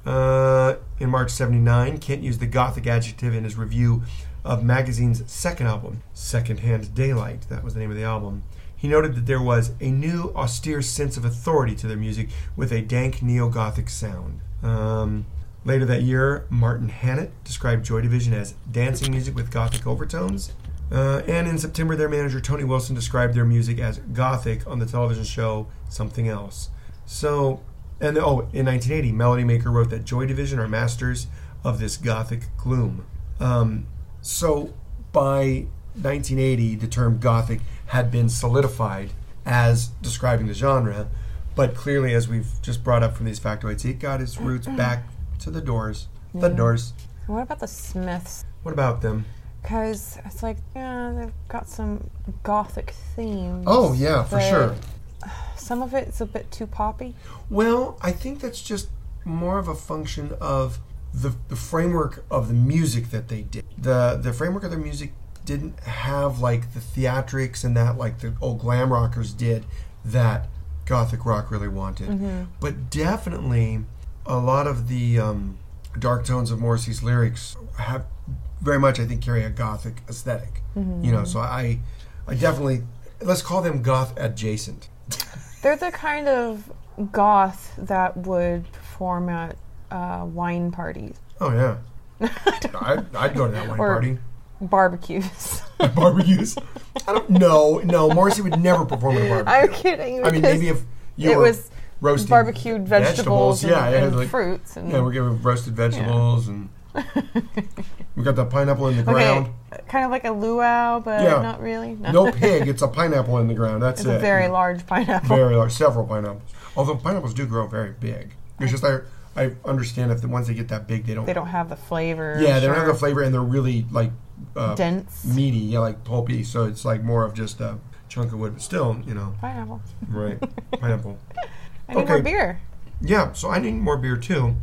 B: Uh, in March 79, Kent used the Gothic adjective in his review of magazine's second album, Secondhand Daylight. That was the name of the album. He noted that there was a new austere sense of authority to their music with a dank neo gothic sound. Um, later that year, Martin Hannett described Joy Division as dancing music with gothic overtones. Uh, and in September, their manager Tony Wilson described their music as gothic on the television show Something Else. So, and oh, in 1980, Melody Maker wrote that Joy Division are masters of this gothic gloom. Um, so by 1980, the term gothic had been solidified as describing the genre, but clearly, as we've just brought up from these factoids, it got its roots back to the Doors. The
A: Yeah.
B: Doors.
A: What about the Smiths?
B: What about them?
A: Because it's like, yeah, they've got some gothic themes.
B: Oh yeah, for
A: but
B: sure.
A: Some of it's a bit too poppy.
B: Well, I think that's just more of a function of the, the framework of the music that they did. The the framework of their music didn't have like the theatrics and that like the old glam rockers did that gothic rock really wanted. But definitely a lot of the um, dark tones of Morrissey's lyrics have very much I think carry a gothic esthetic You know, so I I definitely let's call them goth adjacent.
A: They're the kind of goth that would perform at uh, wine parties,
B: Oh yeah, I, I'd go to that wine
A: Or-
B: party.
A: barbecues.
B: Barbecues? I don't. No, no. Morrissey would never perform at a barbecue.
A: I'm kidding.
B: I mean,
A: because
B: maybe if you
A: it
B: were
A: was
B: roasting
A: barbecued vegetables, and,
B: yeah, yeah,
A: and
B: like,
A: fruits. And
B: yeah. We're giving roasted vegetables and we got the pineapple in the ground.
A: Okay, kind of like a luau, but
B: Yeah.
A: not really.
B: No pig. It's a pineapple in the ground. That's
A: it's
B: it. Mm.
A: a very large pineapple.
B: Very large. Several pineapples. Although pineapples do grow very big. It's just I I understand if the once they get that big, they don't.
A: They don't have the flavor.
B: yeah, they don't have
A: sure.
B: the flavor, and they're really like uh,
A: dense
B: meaty, yeah, like pulpy. So it's like more of just a chunk of wood, but still, you know,
A: pineapple.
B: right? pineapple.
A: I need more
B: Okay.
A: beer.
B: Yeah. So I need more beer too,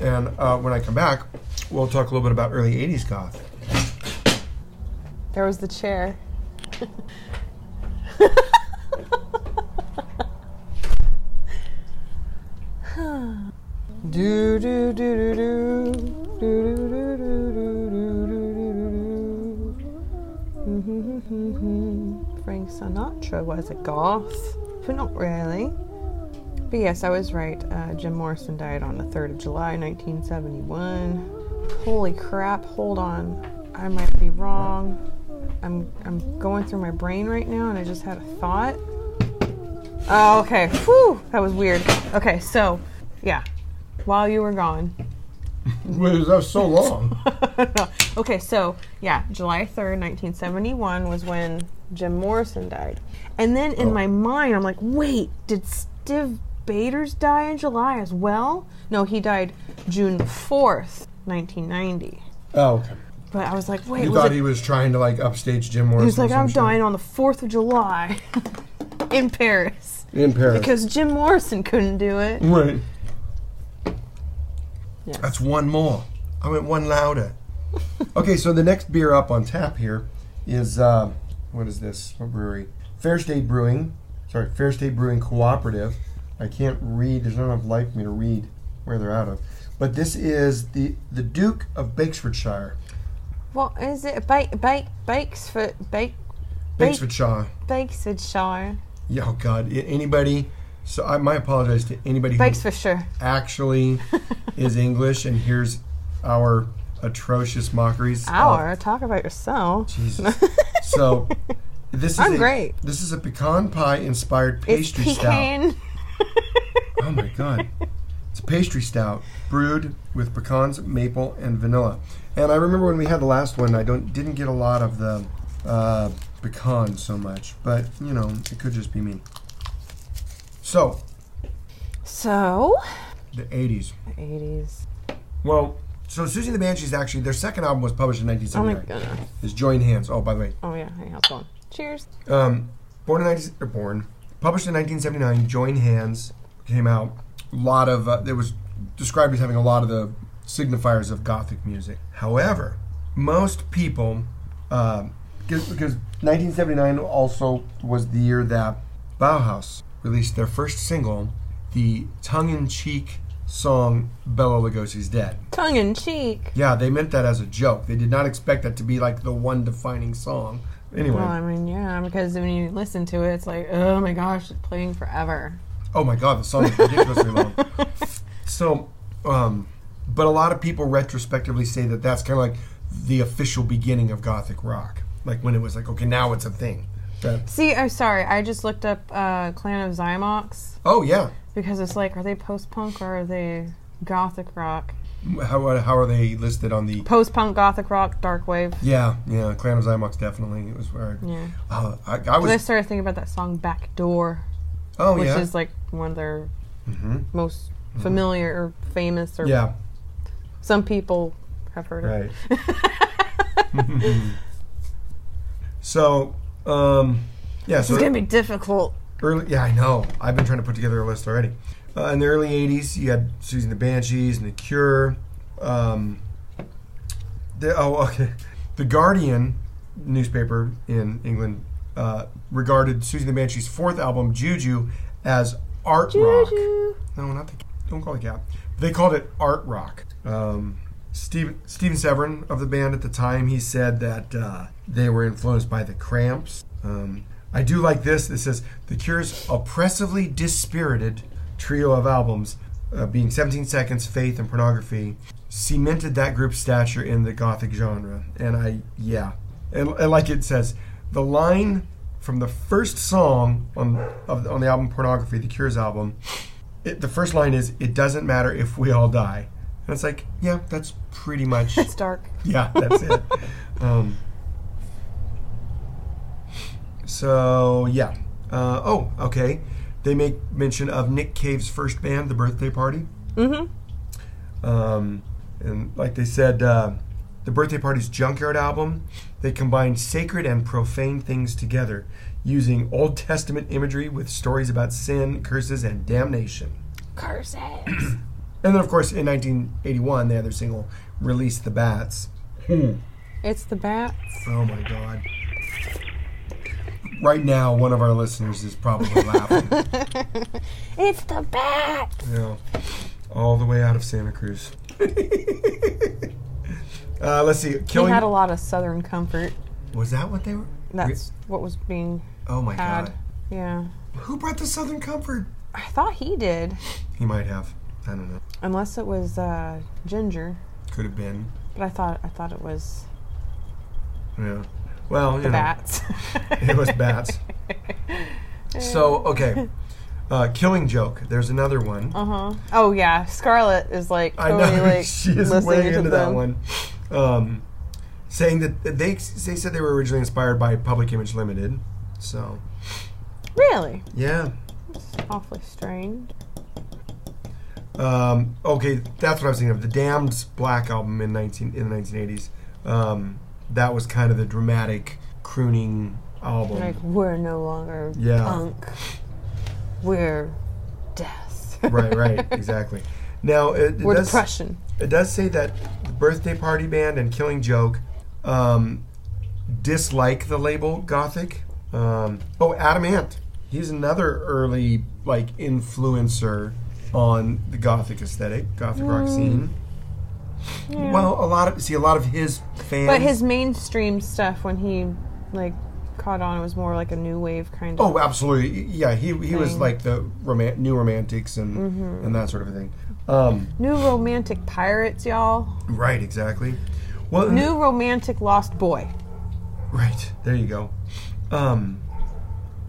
B: and uh, when I come back, we'll talk a little bit about early '80s goth.
A: There was the chair. do do do do do do do do do do do do do. Frank Sinatra was a goth, but not really. But yes, I was right. Uh, Jim Morrison died on the 3rd of July, 1971. Holy crap, hold on. I might be wrong. I'm, I'm going through my brain right now and I just had a thought. Oh, okay. Whew, that was weird. Okay, so, yeah. While you were gone.
B: Well, that was so long.
A: okay, so, yeah, July 3rd, 1971 was when Jim Morrison died. And then
B: Oh.
A: in my mind, I'm like, wait, did Steve Bader's die in July as well? No, he died June 4th, 1990.
B: oh, okay.
A: But I was like, wait,
B: You
A: was
B: thought
A: it
B: he was trying to like upstage Jim Morrison.
A: He's like,
B: or some
A: I'm
B: shit.
A: dying on the 4th of July in Paris
B: in Paris.
A: because Jim Morrison couldn't do it.
B: right.
A: Yes.
B: That's one more. I went one louder. okay, so the next beer up on tap here is um, what is this? What brewery? Fair State Brewing. Sorry, Fair State Brewing Cooperative. I can't read. There's not enough light for me to read where they're out of. But this is the the Duke of Bakesfordshire.
A: What is it? Bake, bake, bakes for bake, bake,
B: Bakesfordshire.
A: bakes for shire,
B: Yeah, oh God. I- Anybody? So I my apologize to anybody who
A: bakes for sure.
B: actually is English and hears our atrocious mockeries. of-
A: Hour. Talk about yourself.
B: Oh. Jesus. so this is
A: I'm
B: a,
A: great.
B: This is a pecan pie inspired
A: It's
B: pastry stout.
A: pecan.
B: Oh my god. It's a pastry stout brewed with pecans, maple, and vanilla. And I remember when we had the last one, I don't didn't get a lot of the uh, pecan so much, but you know, it could just be me. So,
A: So,
B: the 80s.
A: 80s.
B: Well, so Susie and the Banshees actually their second album was published in
A: Oh my
B: 1979.
A: goodness.
B: is Join Hands. Oh, by the way,
A: Oh yeah. Hey, how's it going? Cheers.
B: Um, born in 19, or born, published in 1979. Join Hands came out. A lot of uh, it was described as having a lot of the signifiers of Gothic music. However, most people, um, 'cause- because 1979 also was the year that Bauhaus released their first single, the tongue-in-cheek song "Bella Lugosi's Dead."
A: Tongue in cheek.
B: Yeah, they meant that as a joke. They did not expect that to be like the one defining song Anyway,
A: Well, I mean, yeah, because when you listen to it, it's like, oh my gosh, it's playing forever.
B: oh my god, the song is ridiculously long. So, um, but a lot of people retrospectively say that that's kind of like the official beginning of gothic rock, like when it was like, okay, now it's a thing. That-
A: See, I'm sorry, I just looked up uh, Clan of Zymox
B: oh yeah,
A: because it's like, are they post punk or are they gothic rock?
B: how uh, how are they listed on the?
A: Post punk, gothic rock, dark wave.
B: Yeah, yeah, Clan of Zymox definitely. It was where
A: Yeah.
B: uh, I, I
A: Well, I
B: was.
A: started thinking about that song Backdoor,
B: Oh
A: which
B: yeah,
A: is like one of their
B: hmm
A: most familiar or famous, or
B: yeah,
A: some people have heard
B: right. so, um, yeah,
A: it. It's
B: so
A: gonna be difficult.
B: early. Yeah, I know. I've been trying to put together a list already. Uh, in the early '80s, you had Susan the Banshees and the Cure. Um, the, oh, okay. The Guardian newspaper in England uh, regarded Susan the Banshees' fourth album, Juju, as art rock.
A: Juju.
B: No, not the don't call it cat. They called it art rock. Um, Steve, Steven Severin of the band at the time, he said that uh, they were influenced by the Cramps. Um, I do like this. It says the Cure's oppressively dispirited trio of albums, uh, being 17 Seconds, Faith, and Pornography, cemented that group's stature in the gothic genre. And I, yeah, and, and like it says, the line from the first song on of, on the album Pornography, the Cure's album, it, the first line is it doesn't matter if we all die and it's like yeah that's pretty much
A: It's dark.
B: yeah that's it um, so yeah uh, oh okay they make mention of nick cave's first band the birthday party
A: Mm-hmm.
B: um, and like they said, uh, the Birthday Party's Junkyard album, they combined sacred and profane things together, using Old Testament imagery with stories about sin, curses, and damnation.
A: Curses.
B: And then, of course, in 1981, they had their single "Release the Bats."
A: it's the bats.
B: Oh my God! Right now, one of our listeners is probably laughing.
A: It's the bats.
B: Yeah, all the way out of Santa Cruz. uh, let's see.
A: He
B: Killing
A: had a lot of Southern comfort.
B: was that what they were?
A: That's what was being
B: Oh my
A: had.
B: god.
A: Yeah.
B: Who brought the Southern Comfort?
A: I thought he did,
B: He might have. I don't know.
A: unless it was uh, Ginger.
B: Could have been.
A: But I thought I thought it was
B: Yeah. Well, you
A: the
B: know,
A: bats.
B: it was bats. so, okay. Uh, Killing Joke. There's another one.
A: Uh huh. Oh yeah, Scarlet is like
B: I
A: totally
B: know
A: like
B: she is
A: listening
B: way
A: to
B: into that
A: them.
B: one. Um, saying that that they they said they were originally inspired by Public Image Limited. So,
A: Really,
B: yeah.
A: awfully strange.
B: Um, okay, that's what I was thinking of. The Damned's Black album in nineteen in the nineteen eighties. Um, that was kind of the dramatic crooning album.
A: Like we're no longer
B: Yeah.
A: punk. We're death.
B: right, right, exactly. Now it, it
A: We're
B: does
A: depression.
B: it does say that the Birthday Party Band and Killing Joke um, dislike the label gothic. Um, oh, Adam Ant, he's another early like influencer on the gothic aesthetic, gothic rock
A: Mm.
B: scene. Well, a lot of see a lot of his fans.
A: But his mainstream stuff when he like caught on was more like a new wave kind of.
B: Oh, absolutely. Yeah, he, he was
A: Thing. Mm-hmm.
B: like the roman- new romantics and and that sort of a thing. Um,
A: New romantic pirates, y'all.
B: right, exactly. Well, and-
A: New romantic lost boy.
B: right there you go. Um,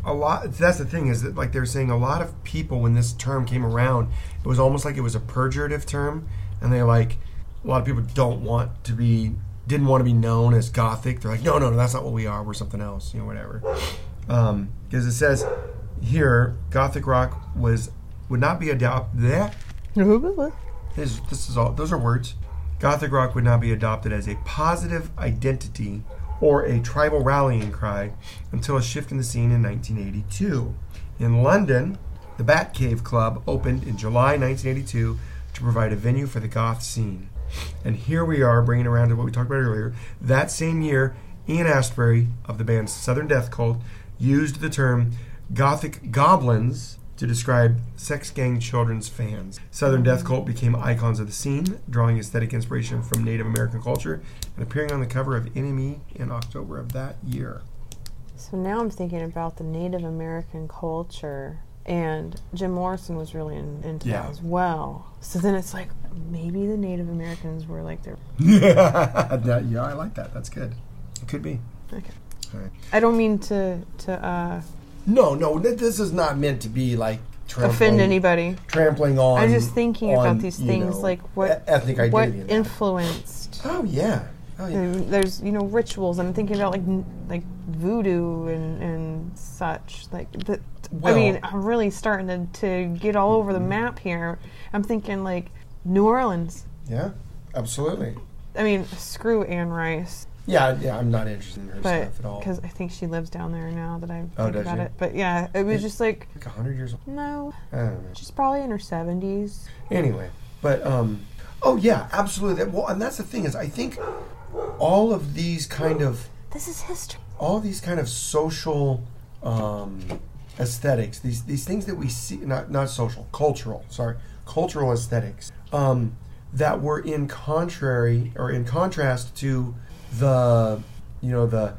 B: a lot. That's the thing is that like they were saying a lot of people when this term came around, it was almost like it was a pejorative term, and they like a lot of people don't want to be didn't want to be known as gothic. They're like, no, no, no, that's not what we are. We're something else. You know, whatever. um, because it says here gothic rock was would not be adopted this, this is all those are words gothic rock would not be adopted as a positive identity or a tribal rallying cry until a shift in the scene in 1982 in london the batcave club opened in july 1982 to provide a venue for the goth scene and here we are bringing around to what we talked about earlier that same year ian astbury of the band southern death cult used the term gothic goblins to describe sex gang children's fans. Southern Death Cult became icons of the scene, drawing aesthetic inspiration from Native American culture and appearing on the cover of Enemy in October of that year.
A: So now I'm thinking about the Native American culture, and Jim Morrison was really in, into
B: Yeah.
A: that as well. So then it's like maybe the Native Americans were like their.
B: That- yeah, I like that. That's good. It could be.
A: Okay.
B: All right.
A: I don't mean to to uh,
B: No, no, th- this is not meant to be like trampling,
A: offend anybody.
B: trampling on.
A: I'm just thinking
B: on,
A: about these
B: you
A: things
B: know,
A: like what
B: e- ethnic identity.
A: what Mm.
B: and that.
A: influenced.
B: oh yeah, oh yeah.
A: And There's you know rituals. I'm thinking about like n- like voodoo and and such. Like the,
B: Well- Mm-hmm.
A: I mean, I'm really starting to, to get all over the map here. I'm thinking like New Orleans.
B: Yeah, absolutely.
A: I mean, screw Anne Rice,
B: Yeah, yeah. I'm not interested in her
A: but
B: stuff at all.
A: because I think she lives down there now that I think
B: Oh, does
A: about
B: she?
A: it. But yeah, it was
B: Is-
A: just like
B: Like hundred years old.
A: no,
B: I don't know.
A: she's probably in her 70s.
B: Anyway, but um, oh yeah, absolutely. Well, and that's the thing is, I think all of these kind of
A: This is history.
B: all these kind of social um, aesthetics, these these things that we see not not social, cultural, sorry, cultural aesthetics um, that were in contrary or in contrast to the you know the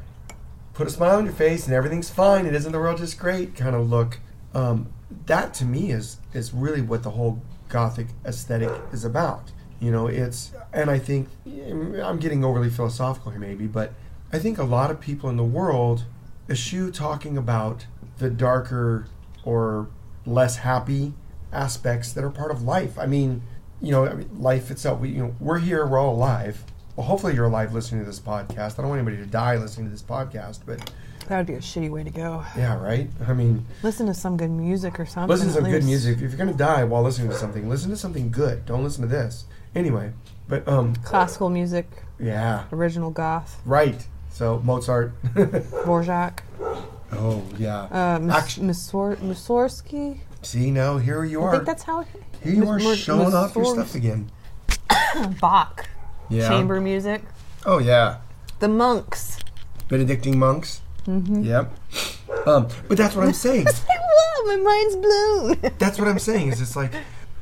B: put a smile on your face and everything's fine and isn't the world just great kind of look. Um, that to me is is really what the whole gothic aesthetic is about. You know, it's and I think I'm getting overly philosophical here maybe, but I think a lot of people in the world eschew talking about the darker or less happy aspects that are part of life. I mean, you know, I mean, life itself. We, you know, we're here. We're all alive. Well, hopefully you're alive listening to this podcast. I don't want anybody to die listening to this podcast, but
A: That would be a shitty way to go.
B: yeah, right. I mean,
A: Listen to some good music or something.
B: listen to
A: at
B: some good
A: least.
B: music. If you're gonna die while listening to something, listen to something good. Don't listen to this. Anyway, but um,
A: Classical music,
B: yeah,
A: original goth,
B: right. So Mozart.
A: Dvorak,
B: oh yeah.
A: uh, Mus-
B: Act-
A: Musor- Mussorgsky.
B: See now, here you
A: I
B: are.
A: think that's how
B: Here you
A: Ms.
B: are
A: Mer-
B: showing
A: Ms.
B: off your
A: Soares.
B: stuff again.
A: Bach,
B: Yeah.
A: chamber music,
B: Oh yeah.
A: the monks.
B: Benedictine monks. Mm-hmm. Yep. Um, but that's what I'm saying.
A: Like, whoa, my mind's blown.
B: that's what I'm saying. Is it's like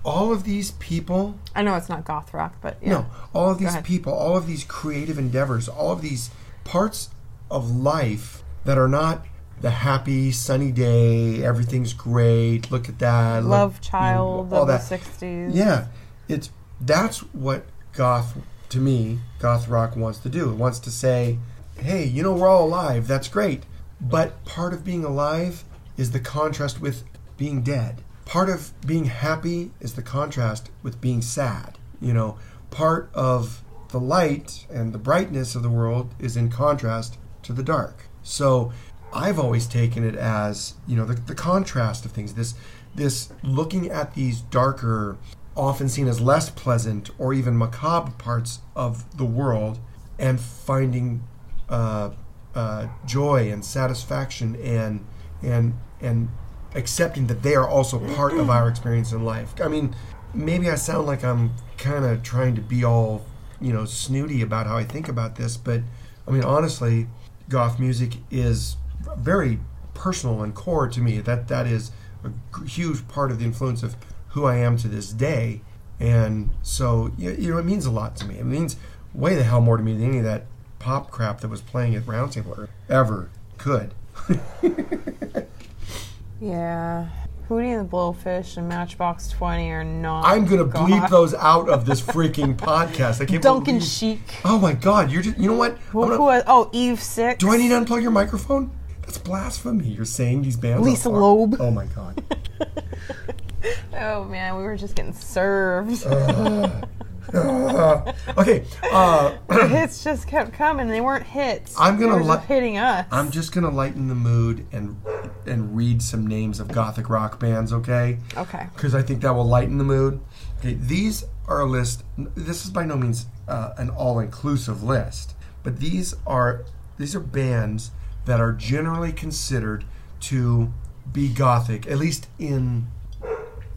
B: all of these people.
A: I know it's not goth rock, but yeah.
B: No, all of these
A: ahead.
B: people, all of these creative endeavors, all of these parts of life that are not the happy sunny day, everything's great. Look at that. look-
A: Love Child
B: all
A: of the
B: that.
A: 60s.
B: Yeah, it's that's what goth to me, goth rock wants to do. It wants to say, "Hey, you know we're all alive. That's great." But part of being alive is the contrast with being dead. Part of being happy is the contrast with being sad. You know, part of the light and the brightness of the world is in contrast to the dark. So I've always taken it as you know the, the contrast of things. This this looking at these darker, often seen as less pleasant or even macabre parts of the world, and finding uh, uh, joy and satisfaction and and and accepting that they are also part of our experience in life. I mean, maybe I sound like I'm kind of trying to be all you know snooty about how I think about this, but I mean honestly, goth music is very personal and core to me. That that is a g- huge part of the influence of who I am to this day, and so you, you know it means a lot to me. It means way the hell more to me than any of that pop crap that was playing at Roundtable or ever could.
A: Yeah. Hootie and the Blowfish and Matchbox 20 are not.
B: I'm gonna
A: goth.
B: bleep those out of this freaking podcast. I can't
A: Duncan
B: believe-
A: Sheik.
B: Oh my god, you're just you know what? I'm
A: Who,
B: gonna-
A: who was, oh, Eve Six.
B: do I need to unplug your microphone? That's blasphemy. You're saying these bands.
A: Lisa
B: are-
A: Loeb.
B: Oh my god.
A: Oh, man, we were just getting served.
B: Uh. Okay. Uh,
A: The hits just kept coming. They weren't hits.
B: I'm gonna
A: They were
B: let-
A: just hitting us.
B: I'm just gonna lighten the mood and and read some names of gothic rock bands, okay?
A: okay.
B: because I think that will lighten the mood. Okay, these are a list. This is by no means uh, an all-inclusive list, but these are these are bands that are generally considered to be gothic, at least in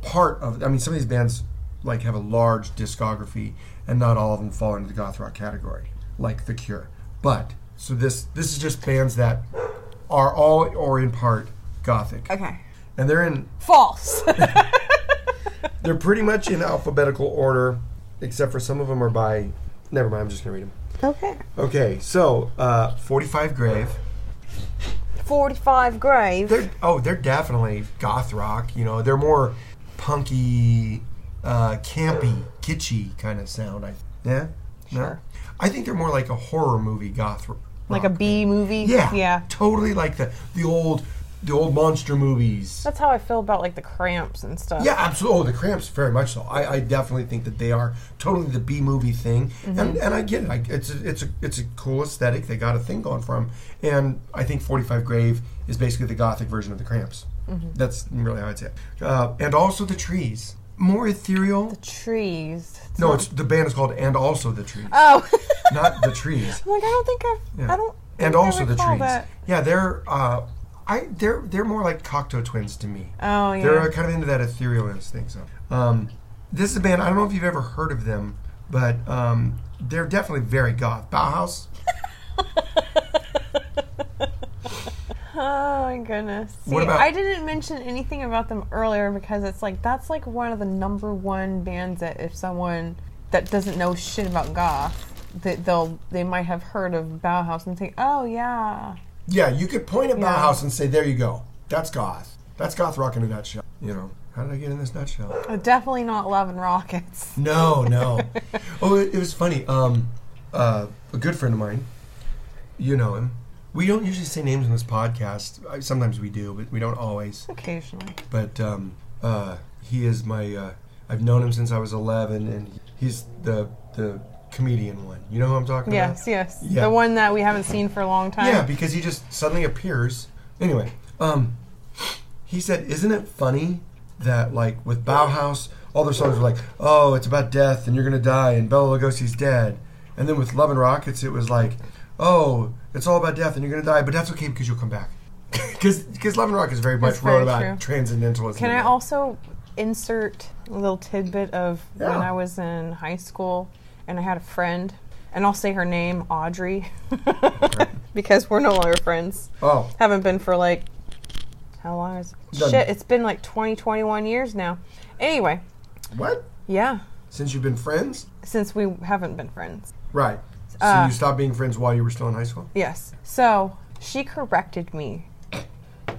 B: part of. I mean, some of these bands like have a large discography, and not all of them fall into the goth rock category, like The Cure. But so this this is just bands that are all or in part gothic,
A: Okay.
B: and they're in
A: False.
B: they're pretty much in alphabetical order, except for some of them are by. Never mind, I'm just gonna read them.
A: okay.
B: Okay, so uh, 45 Grave,
A: 45 Grave.
B: They're, oh, they're definitely goth rock. You know, they're more punky, uh, campy, kitschy kind of sound. I yeah, No?
A: Sure.
B: I think they're more like a horror movie goth. Rock.
A: like a B movie.
B: Yeah,
A: Yeah.
B: totally like the the old the old monster movies.
A: That's how I feel about like the cramps and stuff.
B: Yeah, absolutely. Oh, the cramps, very much so. I, I definitely think that they are totally the B movie thing,
A: Mm-hmm.
B: and and I get it. I, it's a, it's a it's a cool aesthetic. They got a thing going for them, and I think Forty Five Grave is basically the gothic version of the cramps.
A: Mm-hmm.
B: That's really how I'd say it. Uh, and also the trees, more ethereal.
A: Trees.
B: No, it's the band is called and also the trees,
A: Oh. I'm
B: not the trees.
A: like, I don't think I've.
B: Yeah.
A: I don't.
B: And
A: think I
B: also the
A: recall
B: trees.
A: That.
B: Yeah, they're uh, I they're they're more like Cocteau Twins to me.
A: Oh, yeah.
B: They're uh, kind of into that etherealness thing. So, um, this is a band. I don't know if you've ever heard of them, but um, they're definitely very goth. Bauhaus.
A: Oh my goodness. See,
B: What about-
A: I didn't mention anything about them earlier because it's like that's like one of the number one bands that if someone that doesn't know shit about goth, that they'll they might have heard of Bauhaus and think, oh yeah,
B: Yeah, you could point at
A: Yeah.
B: Bauhaus and say, "There you go. That's goth. That's goth rock in a nutshell." You know, how did I get in this nutshell?
A: oh, definitely not Love and Rockets.
B: No, no. oh, it, it was funny. Um, uh, a good friend of mine, you know him. We don't usually say names on this podcast. I, sometimes we do, but we don't always.
A: Occasionally,
B: But um, uh, he is my. Uh, I've known him since I was 11, and he's the the comedian one. You know who I'm talking about?
A: yes, yes,
B: Yeah.
A: the one that we haven't seen for a long time.
B: Yeah, because he just suddenly appears. Anyway, um, he said, "Isn't it funny that like with Bauhaus, all their songs were like, oh, it's about death and you're gonna die and Bela Lugosi's dead, and then with Love and Rockets, it was like, oh, it's all about death and you're gonna die, but that's okay because you'll come back." Because Love and Rockets very much
A: That's
B: wrote
A: very
B: about
A: true.
B: transcendentalism.
A: Can
B: and
A: I
B: that.
A: also insert a little tidbit of
B: Yeah.
A: when I was in high school and I had a friend, and I'll say her name, Audrey, because we're no longer friends.
B: Oh,
A: Haven't been for like, how long is
B: Done.
A: Shit, it's been like 20, 21 years now. Anyway,
B: what?
A: yeah,
B: Since you've been friends,
A: since we haven't been friends.
B: right? So
A: Uh,
B: you stopped being friends while you were still in high school.
A: Yes. So she corrected me.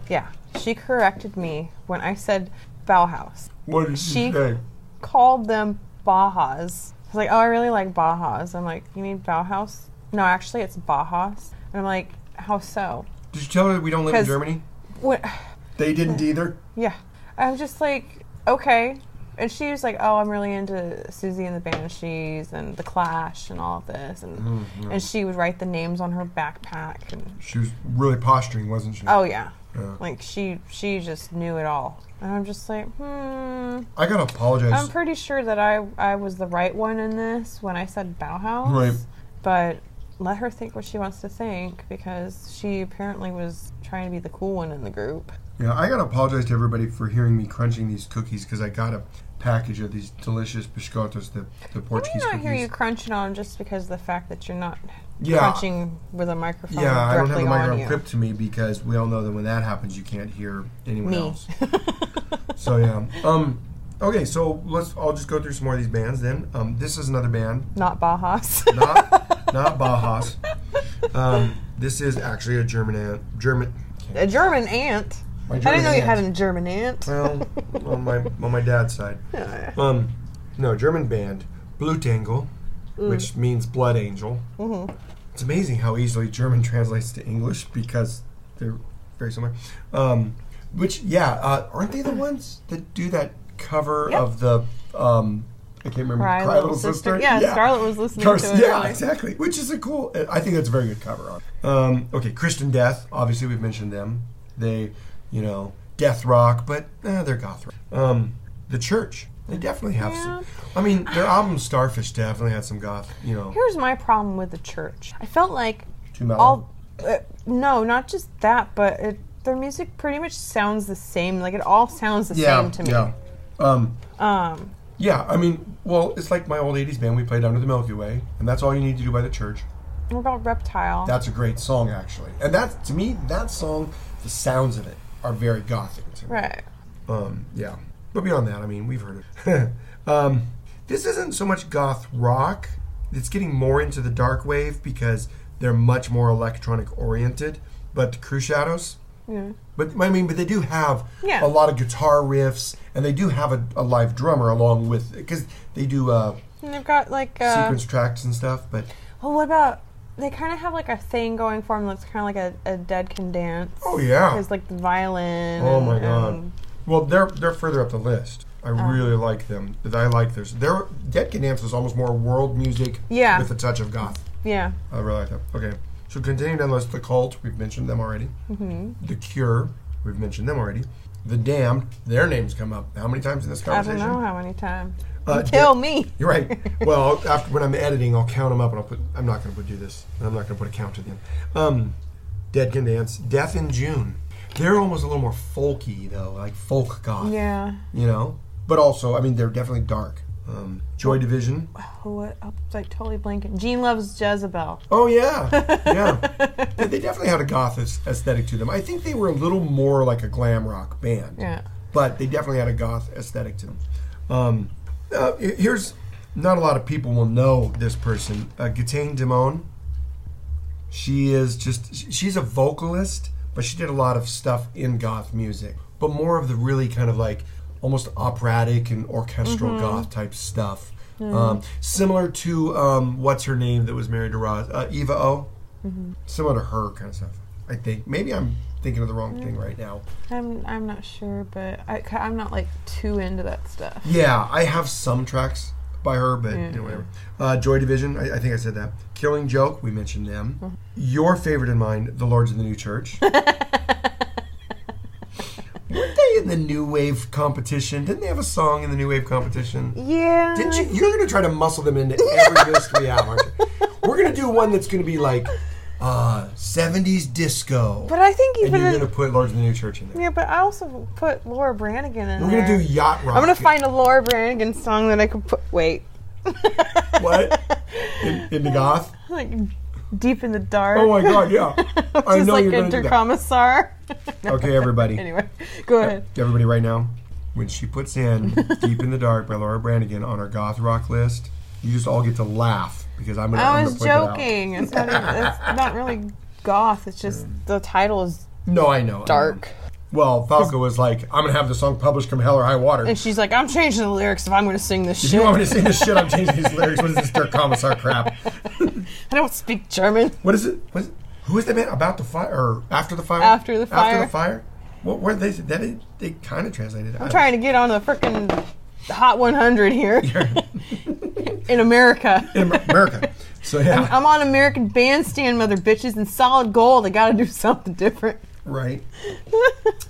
A: Yeah, she corrected me when I said Bauhaus.
B: What did
A: she- say? called them Bajas. I was like, oh, I really like Bajas. I'm like, you mean Bauhaus? No, actually, it's Bajas. And I'm like, how so?
B: Did you tell her that we don't live in
A: 'Cause-
B: Germany?
A: What?
B: They didn't either.
A: Yeah. I'm just like, okay. And she was like, oh, I'm really into Susie and the Banshees and the Clash and all of this. And, and she would write the names on her backpack. And,
B: She was really posturing, wasn't she?
A: oh, yeah.
B: Yeah.
A: Like, she, she just knew it all. And I'm just like, hmm.
B: I gotta apologize.
A: I'm pretty sure that I, I was the right one in this when I said Bauhaus.
B: Right.
A: But let her think what she wants to think because she apparently was trying to be the cool one in the group.
B: yeah, I gotta apologize to everybody for hearing me crunching these cookies because I got a package of these delicious biscoitos, the, the
A: Let me
B: Portuguese
A: not
B: cookies.
A: hear you crunching on just because of the fact that you're not
B: Yeah.
A: crunching with a microphone
B: yeah, I don't have
A: directly
B: the
A: on
B: microphone
A: you.
B: clipped to me because we all know that when that happens, you can't hear anyone
A: Me.
B: else. so yeah. Um. Okay, so let's. I'll just go through some more of these bands then. Um. This is another band,
A: Not Bauhaus.
B: not not Bajas. Um. This is actually a German aunt, German.
A: a German aunt.
B: My
A: I
B: German
A: didn't know you had
B: aunt.
A: a German aunt.
B: Well, on my on my dad's side.
A: Yeah.
B: Um, no, German band, Blutangle,
A: Mm.
B: which means blood angel.
A: Mhm.
B: It's amazing how easily German translates to English because they're very similar. Um, which, yeah, uh, aren't they the ones that do that cover
A: Yep.
B: of the, um, I can't remember,
A: Cry Little Sister. Yeah, Scarlett was listening
B: Cars-
A: to it
B: Yeah,
A: earlier.
B: exactly. Which is a cool, I think that's a very good cover on. it. Um, okay, Christian Death, obviously we've mentioned them. They, you know, death rock, but eh, they're goth rock. Um, the Church, they definitely have some. I mean, their album Starfish definitely had some goth, you know.
A: Here's my problem with the church. I felt like
B: Too mellow.
A: all uh, no, not just that, but it, their music pretty much sounds the same. Like it all sounds the same to me.
B: Yeah. Um,
A: Um,
B: yeah, I mean, well, it's like my old 80s band. We played Under the Milky Way, and that's all you need to do by the church.
A: what about Reptile?
B: That's a great song, actually. And that, to me, that song, the sounds of it are very gothic. To me.
A: right.
B: Um, yeah. But beyond that, I mean, we've heard it. um, this isn't so much goth rock. It's getting more into the dark wave because they're much more electronic oriented. but Crew Shadows.
A: Yeah.
B: But I mean, but they do have
A: Yeah.
B: a lot of guitar riffs, and they do have a, a live drummer along with because they do uh,
A: And they've got like uh,
B: sequence tracks and stuff. But
A: well, what about they kind of have like a thing going for them that's kind of like a, a dead can dance.
B: oh yeah,
A: There's like the violin.
B: Oh, my
A: and- um,
B: God.
A: and-
B: well they're they're further up the list. I
A: Oh.
B: really like them. But I like theirs. Their Dead Can Dance was almost more world music
A: Yeah.
B: with a touch of goth.
A: yeah.
B: I really like that. Okay. So continuing down the list, The Cult, we've mentioned them already. Mm-hmm. The Cure, we've mentioned them already. The Damned, their names come up. How many times in this
A: I don't
B: conversation?
A: know how many times.
B: Uh,
A: Kill me.
B: You're right. Well, after when I'm editing, I'll count them up, and I'll put. I'm not going to do this. I'm not going to put a count to them. Um, Dead Can Dance, Death in June. They're almost a little more folky though, like folk goth.
A: Yeah.
B: You know, but also, I mean, they're definitely dark. Um, Joy Division.
A: Oh, what? I'm like totally blanking. Gene loves Jezebel.
B: Oh yeah, yeah. They- they definitely had a goth as- aesthetic to them. I think they were a little more like a glam rock band.
A: Yeah.
B: but they definitely had a goth aesthetic to them. Um, uh, he- here's not a lot of people will know this person, uh, Gatane Damone. She is just sh- she's a vocalist, but she did a lot of stuff in goth music, but more of the really kind of like almost operatic and orchestral goth type stuff. Um, similar to um, what's her name that was married to Roz, uh, Eva O. Similar to her kind of stuff, I think. Maybe I'm thinking of the wrong thing right now.
A: I'm I'm not sure, but I, am not like too into that stuff.
B: Yeah, I have some tracks by her, but you know,
A: Mhm.
B: whatever. Uh, Joy Division, I, I think I said that. Killing Joke, we mentioned them.
A: Mm-hmm.
B: Your favorite and mine, The Lords of the New Church. Weren't they in the New Wave competition? Didn't they have a song in the New Wave competition?
A: Yeah.
B: Didn't you? You're going to try to muscle them into every list we have, aren't you? We're going to do one that's going to be like uh, 70s disco.
A: But I think
B: and
A: even
B: you're
A: in-
B: going to put Lords of the New Church in there.
A: yeah, but I also put Laura Branigan in
B: We're
A: there.
B: going to do yacht rock.
A: I'm gonna find a Laura Branigan song that I could put. Wait,
B: what in, in the goth.
A: like deep in the dark.
B: Oh my god, yeah. I
A: Just
B: know
A: like
B: you're going to do that.
A: intercommissar.
B: Okay, everybody.
A: anyway, go ahead.
B: Everybody right now. When she puts in Deep in the Dark by Laura Branigan on our goth rock list, you just all get to laugh because I'm going to
A: I was joking. It's not, even, it's not really goth. It's just
B: Mm.
A: the title is
B: No, I know. I know.
A: dark,
B: Well, Falco was like, I'm going to have the song published come hell or high water.
A: and she's like, "I'm changing the lyrics if I'm gonna sing this
B: If you
A: shit.
B: want me to sing this shit, I'm changing these lyrics. What is this Dirk Commissar crap?
A: I don't speak German."
B: What is it? What is it? Who is that man? About the fire? Or after the fire?
A: After the
B: After
A: Fire.
B: the fire? What were they? That is, they kind of translated it.
A: I'm trying to get on the frickin' Hot 100 here in America.
B: In Amer- America. So, yeah.
A: I'm on American Bandstand, mother bitches, and solid gold. I gotta do something different.
B: right.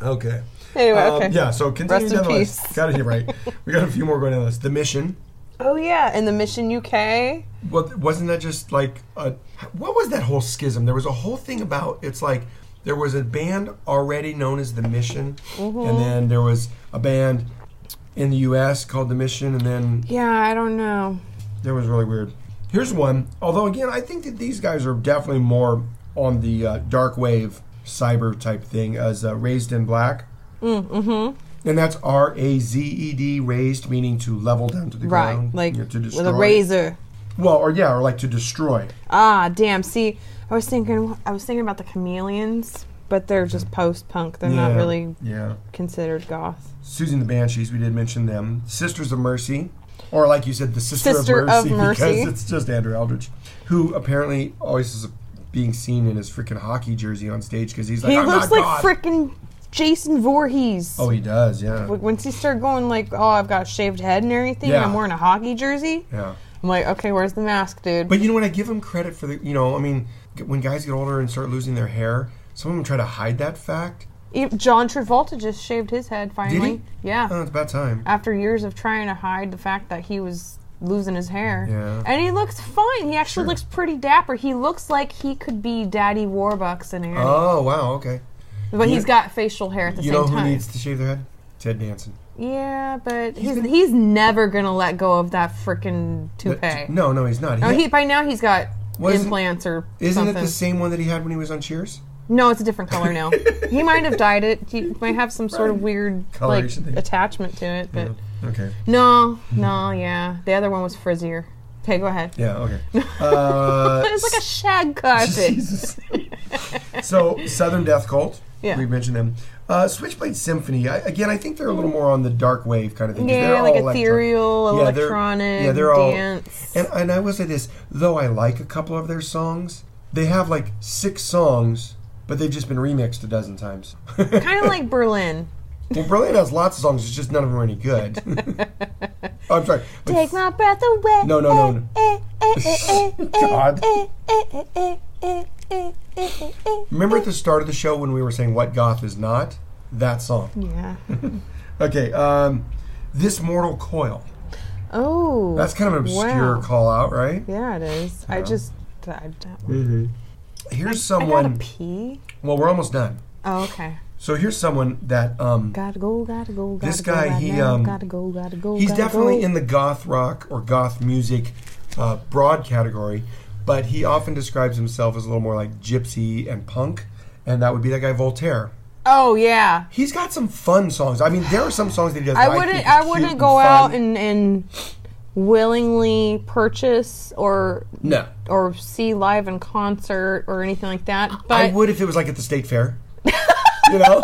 B: Okay.
A: Anyway,
B: Um,
A: okay.
B: Yeah, so continue
A: Rest in
B: down the list.
A: peace.
B: Got it here right. We got a few more going down the list. The Mission.
A: Oh yeah, and the Mission UK.
B: What wasn't that just like a, what was that whole schism? There was a whole thing about it's like there was a band already known as the Mission,
A: Mm-hmm.
B: and then there was a band in the U.S. called the Mission, and then
A: Yeah, I don't know.
B: that was really weird. Here's one. Although again, I think that these guys are definitely more on the uh, dark wave cyber type thing as uh, Raised in Black.
A: Mm,
B: Mm-hmm. And that's R A Z E D, raised meaning to level down to the
A: Right,
B: ground,
A: like
B: you know, to
A: with
B: destroy.
A: a razor.
B: Well, or yeah, or like to destroy.
A: Ah, damn. See, I was thinking, I was thinking about the Chameleons, but they're just post-punk. They're not
B: Yeah.
A: really
B: Yeah.
A: considered goth.
B: Susan the Banshees, we did mention them. Sisters of Mercy, or like you said, the Sister,
A: Sister
B: of,
A: of
B: Mercy,
A: Mercy.
B: because it's just Andrew Eldridge, who apparently always is being seen in his freaking hockey jersey on stage because he's like,
A: He
B: I'm
A: looks
B: not
A: like
B: God.
A: frickin' Jason Voorhees.
B: Oh, he does, yeah.
A: Like once you start going like, oh, I've got a shaved head and everything, and
B: Yeah.
A: I'm wearing a hockey jersey.
B: Yeah.
A: I'm like, okay, where's the mask, dude?
B: But you know what? I give him credit for the. You know, I mean, g- when guys get older and start losing their hair, some of them try to hide that fact.
A: E- John Travolta just shaved his head finally. Yeah,
B: Oh, it's about time.
A: after years of trying to hide the fact that he was losing his hair.
B: Yeah.
A: And he looks fine. He actually looks pretty dapper. He looks like he could be Daddy Warbucks in here,
B: Oh wow, okay.
A: but
B: you-
A: he's got facial hair at the
B: You
A: same
B: know who
A: time.
B: needs to shave their head? Ted Danson.
A: yeah, but he's
B: been-
A: he's never gonna let go of that freaking
B: But-
A: toupee.
B: No, no, he's not.
A: No,
B: He-
A: he by now he's got
B: Wasn't-
A: implants or
B: isn't
A: something.
B: it the same one that he had when he was on Cheers?
A: No, it's a different color now. he might have dyed it. He might have some sort of weird like
B: Coloration thing.
A: attachment to it, but
B: Okay.
A: no, no, yeah. The other one was frizzier. Okay, go ahead.
B: Yeah. Okay. Uh,
A: But it's like a shag carpet.
B: Jesus. so Southern Death Cult.
A: Yeah.
B: We mentioned them. Uh, Switchblade Symphony. I, again, I think they're a little more on the dark wave kind of thing. 'cause they're
A: yeah,
B: all
A: like
B: electro-
A: ethereal,
B: Yeah, they're-
A: electronic,
B: yeah, they're all-
A: dance.
B: And, and I will say this, though I like a couple of their songs, they have like six songs, but they've just been remixed a dozen times.
A: kind of like Berlin.
B: well, Berlin has lots of songs, it's just none of them are any good. oh, I'm sorry. Like,
A: Take my breath away.
B: No, no, no, no.
A: Eh, eh, eh, eh,
B: God.
A: eh, eh, eh, eh, eh, eh, eh, eh, eh.
B: Remember at the start of the show when we were saying what goth is not? That song.
A: Yeah.
B: Okay, um, This Mortal Coil.
A: Oh.
B: That's kind of an obscure
A: wow.
B: call out, right?
A: Yeah, it is. I just. I, I,
B: Here's
A: I gotta
B: someone.
A: pee.
B: Well, we're almost done.
A: Oh, okay.
B: So here's someone that um,
A: Gotta go, gotta go, gotta
B: This
A: go.
B: guy,
A: right
B: he,
A: now.
B: um,
A: gotta go, gotta go.
B: He's
A: Oh, gotta
B: definitely
A: go.
B: in the goth rock or goth music uh, broad category, but he often describes himself as a little more like gypsy and punk, and that would be that guy Voltaire.
A: Oh yeah.
B: He's got some fun songs. I mean, there are some songs that he does.
A: I
B: that
A: wouldn't.
B: think
A: I,
B: are cute
A: wouldn't go
B: fun.
A: out and and willingly purchase or
B: no.
A: or see live in concert or anything like that.
B: I
A: But
B: would if it was like at the state fair, you know.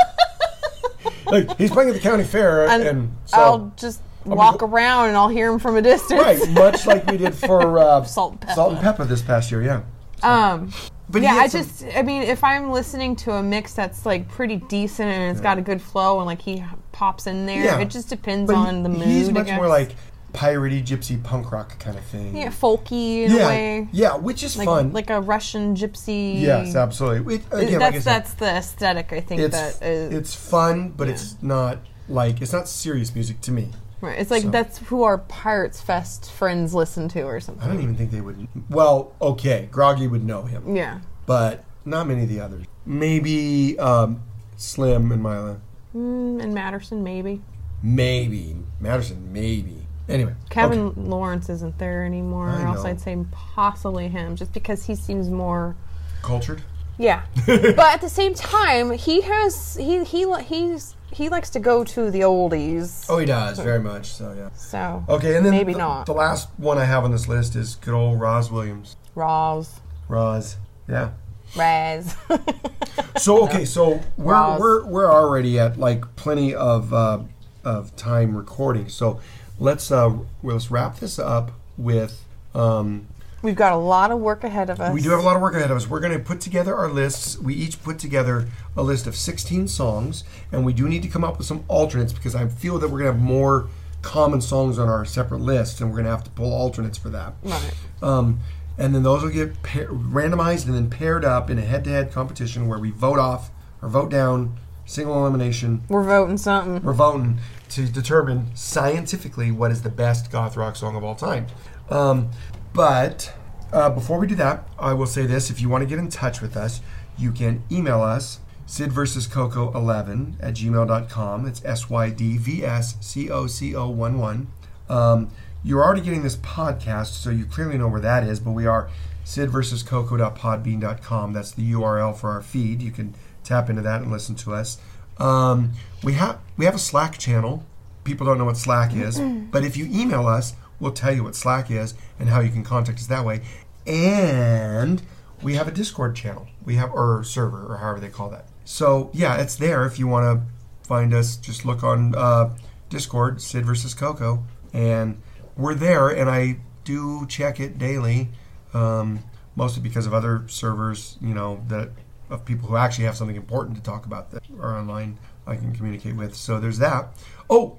B: like he's playing at the county fair, uh, and,
A: and
B: so
A: I'll just walk around and I'll hear him from a distance.
B: right, much like we did for uh,
A: Salt and Pepper.
B: salt and pepper this past year, yeah.
A: Um.
B: But he
A: Yeah,
B: had
A: I
B: some-
A: just, I mean, if I'm listening to a mix that's like pretty decent and it's got a good flow and like he h- pops in there,
B: Yeah.
A: it just depends
B: but he-
A: on the mood.
B: He's
A: I
B: much more
A: guess.
B: like piratey, gypsy, punk rock kind of thing.
A: yeah, folky in a
B: yeah,
A: way,
B: yeah, which is
A: like
B: fun.
A: like a Russian gypsy.
B: yes, absolutely. It-
A: It-
B: again, like I
A: that's
B: said,
A: that's the aesthetic I think
B: it's
A: that is. It's,
B: it's fun, but it's not like it's not serious music to me.
A: right. it's like that's who our Pirates Fest friends listen to or
B: I
A: something.
B: don't even think they would. Well, okay, Groggy would know him,
A: Yeah.
B: but not many of the others. Maybe um, Slim and Mila.
A: Mm, and Matterson maybe.
B: Maybe Madison. Maybe. Anyway,
A: Kevin
B: okay.
A: Lawrence isn't there anymore,
B: I
A: or else
B: know.
A: I'd say possibly him, just because he seems more.
B: cultured.
A: Yeah, but at the same time, he has he he li- he's he likes to go to the oldies.
B: Oh, he does very much. So yeah.
A: So
B: Okay, and then
A: Maybe
B: the,
A: not.
B: the last one I have on this list is good old Roz Williams.
A: Roz,
B: Roz. Yeah.
A: Raz.
B: So okay, so we're
A: Roz.
B: we're we're already at like plenty of uh, of time recording. So let's uh well, let's wrap this up with um
A: We've got a lot of work ahead of us.
B: we do have a lot of work ahead of us. We're going to put together our lists. We each put together a list of 16 songs, and we do need to come up with some alternates because I feel that we're going to have more common songs on our separate lists, and we're going to have to pull alternates for that.
A: Right.
B: Um, and then those will get pair randomized and then paired up in a head-to-head competition where we vote off or vote down, single elimination,
A: We're voting something.
B: we're voting to determine scientifically what is the best goth rock song of all time. Um, but uh, before we do that, I will say this: if you want to get in touch with us, you can email us sid versus coco 11 at gmail.com it's s-y-d-v-s-c-o-c-o-1-1 um, you're already getting this podcast so you clearly know where that is but we are sid versus coco.podbean.com that's the url for our feed you can tap into that and listen to us um, we have we have a Slack channel. People don't know what Slack is, but if you email us, we'll tell you what Slack is and how you can contact us that way. And we have a Discord channel. We have or server or however they call that. So yeah, it's there if you want to find us. Just look on uh, Discord, Sid versus Coco, and we're there. And I do check it daily, um, mostly because of other servers, you know, that of people who actually have something important to talk about that are online I can communicate with. So there's that. Oh,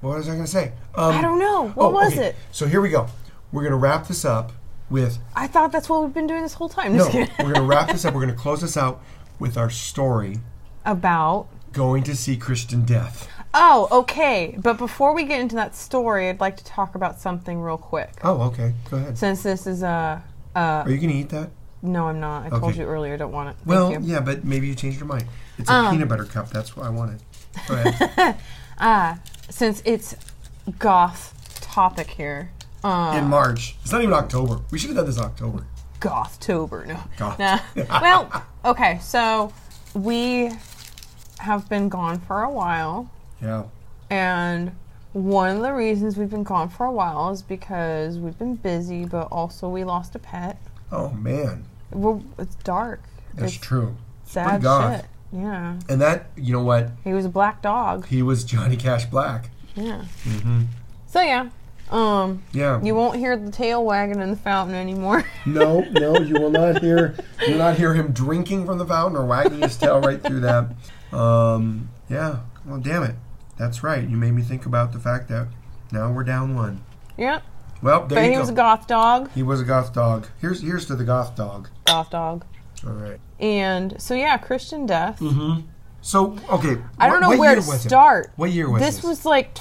B: what was I going to say? Um,
A: I don't know. What was it?
B: So here we go. We're going to wrap this up with
A: I thought that's what we've been doing this whole time.
B: no.
A: Just
B: we're
A: kidding.
B: going to wrap this up. We're going to close this out with our story
A: About
B: going to see Christian death.
A: oh, okay. But before we get into that story, I'd like to talk about something real quick.
B: Oh, okay. Go ahead.
A: Since this is a uh,
B: Are you going to eat that?
A: no, I'm not. I told
B: Okay.
A: you earlier, I don't want it. Thank
B: Well,
A: you. Um,
B: yeah, but maybe you changed your mind. It's a peanut butter cup. That's what I wanted. Go ahead.
A: since it's goth topic here. Uh,
B: In March. It's not even October. We should have done this October.
A: Gothtober. No.
B: Goth.
A: Nah. well, okay, so we have been gone for a while,
B: Yeah.
A: and one of the reasons we've been gone for a while is because we've been busy, but also we lost a pet.
B: Oh man.
A: Well, it's dark.
B: That's
A: It's
B: true.
A: Sad
B: goth.
A: shit. Yeah.
B: And that, you know what?
A: He was a black dog.
B: He was Johnny Cash Black.
A: Yeah.
B: Mm-hmm.
A: So yeah. Um
B: Yeah.
A: you won't hear the tail wagging in the fountain anymore.
B: no, no, you will not hear. You will not hear him drinking from the fountain or wagging his tail right through that. Um, yeah. Well, damn it. That's right. You made me think about the fact that now we're down one.
A: yep.
B: Well, there
A: But
B: you
A: he
B: go.
A: was a goth dog.
B: he was a goth dog. Here's here's to the goth dog.
A: Goth dog.
B: All right.
A: And so yeah, Christian death.
B: Mm-hmm. So okay,
A: I don't
B: what-
A: know
B: what
A: where
B: year
A: to
B: was it?
A: start.
B: What year was
A: this
B: this?
A: was like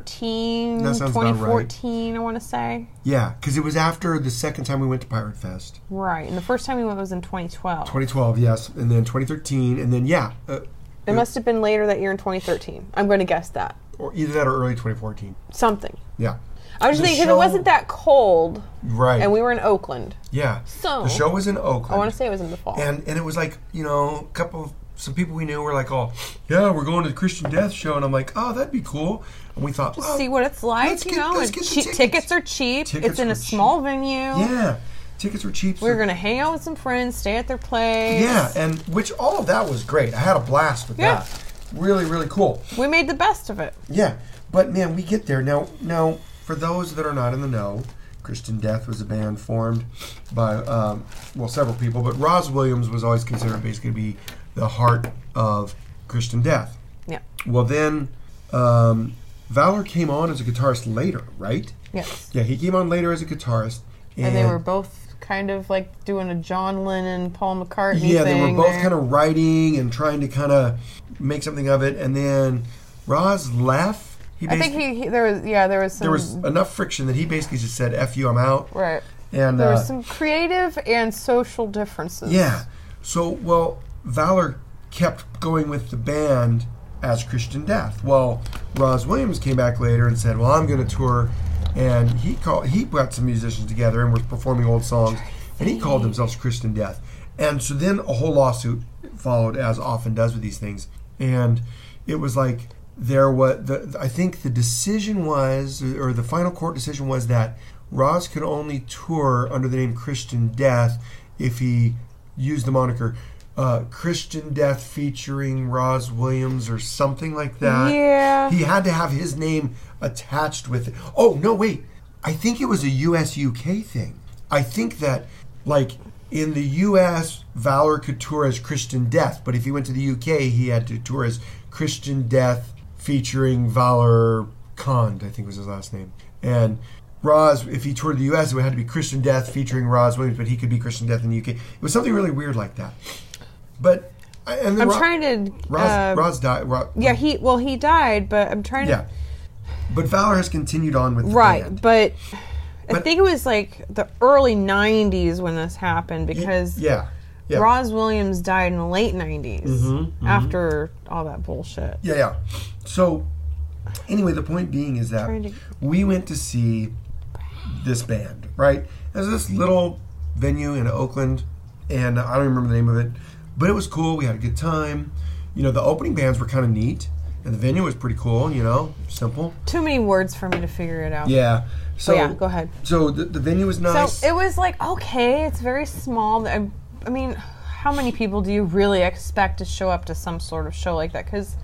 A: 2013,
B: That sounds about right.
A: 2014, I want to say.
B: Yeah, because it was after the second time we went to Pirate Fest,
A: Right. And the first time we went was in 2012.
B: 2012. Yes, and then 2013, and then yeah, uh,
A: It must have been later that year in 2013. I'm going to guess that.
B: or either that or early 2014.
A: Something.
B: Yeah.
A: I was
B: The
A: thinking 'cause
B: show-
A: it wasn't that cold,
B: Right.
A: and we were in Oakland.
B: yeah.
A: So
B: The show was in Oakland.
A: I want to say it was in the fall.
B: and and it was like you know a couple of some people we knew were like oh yeah we're going to the christian death show and i'm like oh that'd be cool and we thought oh,
A: See what it's like,
B: let's
A: you
B: get-
A: know.
B: let's
A: and
B: get the
A: cheap-
B: tickets.
A: tickets are cheap.
B: Tickets
A: it's in
B: were
A: a small
B: cheap.
A: venue.
B: yeah tickets were cheap
A: We were
B: so-
A: gonna hang out with some friends, stay at their place.
B: yeah and which all of that was great i had a blast with
A: Yeah.
B: that really really cool
A: we made the best of it.
B: yeah but man we get there now now for those that are not in the know Christian Death was a band formed by, um, well, several people, but Roz Williams was always considered basically to be the heart of Christian Death.
A: Yeah.
B: Well, then um, Valor came on as a guitarist later, right?
A: Yes.
B: Yeah, he came on later as a guitarist. And,
A: And they were both kind of like doing a John Lennon, Paul McCartney.
B: Yeah, they were
A: thing
B: both
A: there.
B: kind of writing and trying to kind of make something of it. And then Roz left. He
A: I think
B: basically-
A: he, he there was yeah there was some
B: there was enough friction that he basically just said "f you, I'm out."
A: right
B: And
A: there
B: uh,
A: was some creative and social differences.
B: yeah, so well, Valor kept going with the band as Christian Death. Well, Roz Williams came back later and said, "Well, I'm going to tour," and he called he brought some musicians together and was performing old songs, and he called himself Christian Death. And so then a whole lawsuit followed, as often does with these things, and it was like there was the I think the decision was or the final court decision was that Roz could only tour under the name Christian Death if he used the moniker uh, Christian Death featuring Roz Williams or something like that.
A: Yeah.
B: He had to have his name attached with it. Oh, no, wait. I think it was a US UK thing. I think that, like, in the US, Valor could tour as Christian Death, but if he went to the UK, he had to tour as Christian Death featuring Valor Kond, I think was his last name. And Roz, if he toured the US, it would have to be Christian Death featuring Roz Williams, but he could be Christian Death in the UK. It was something really weird like that. But, I- and then
A: I'm
B: Ro-
A: trying to.
B: Roz,
A: uh,
B: Roz died. Ro-
A: yeah, he well he died, but I'm trying
B: yeah.
A: to
B: But Valor has continued on with the
A: right,
B: band.
A: but, I
B: But-
A: think it was like the early '90s when this happened because
B: Yeah. Yeah. Mm-hmm,
A: Roz Williams died in the late '90s after all that bullshit.
B: Yeah, yeah. So anyway, the point being is that
A: Trying to-
B: we went to see this band, right? There's this little venue in Oakland, and I don't remember the name of it, but it was cool. We had a good time. You know, the opening bands were kind of neat, and the venue was pretty cool. You know, simple.
A: Too many words for me to figure it out.
B: Yeah.
A: But
B: So
A: Oh, yeah, go ahead.
B: So the, the venue was
A: So
B: nice.
A: it was like okay, it's very small. I, I mean, how many people do you really expect to show up to some sort of show like that? Because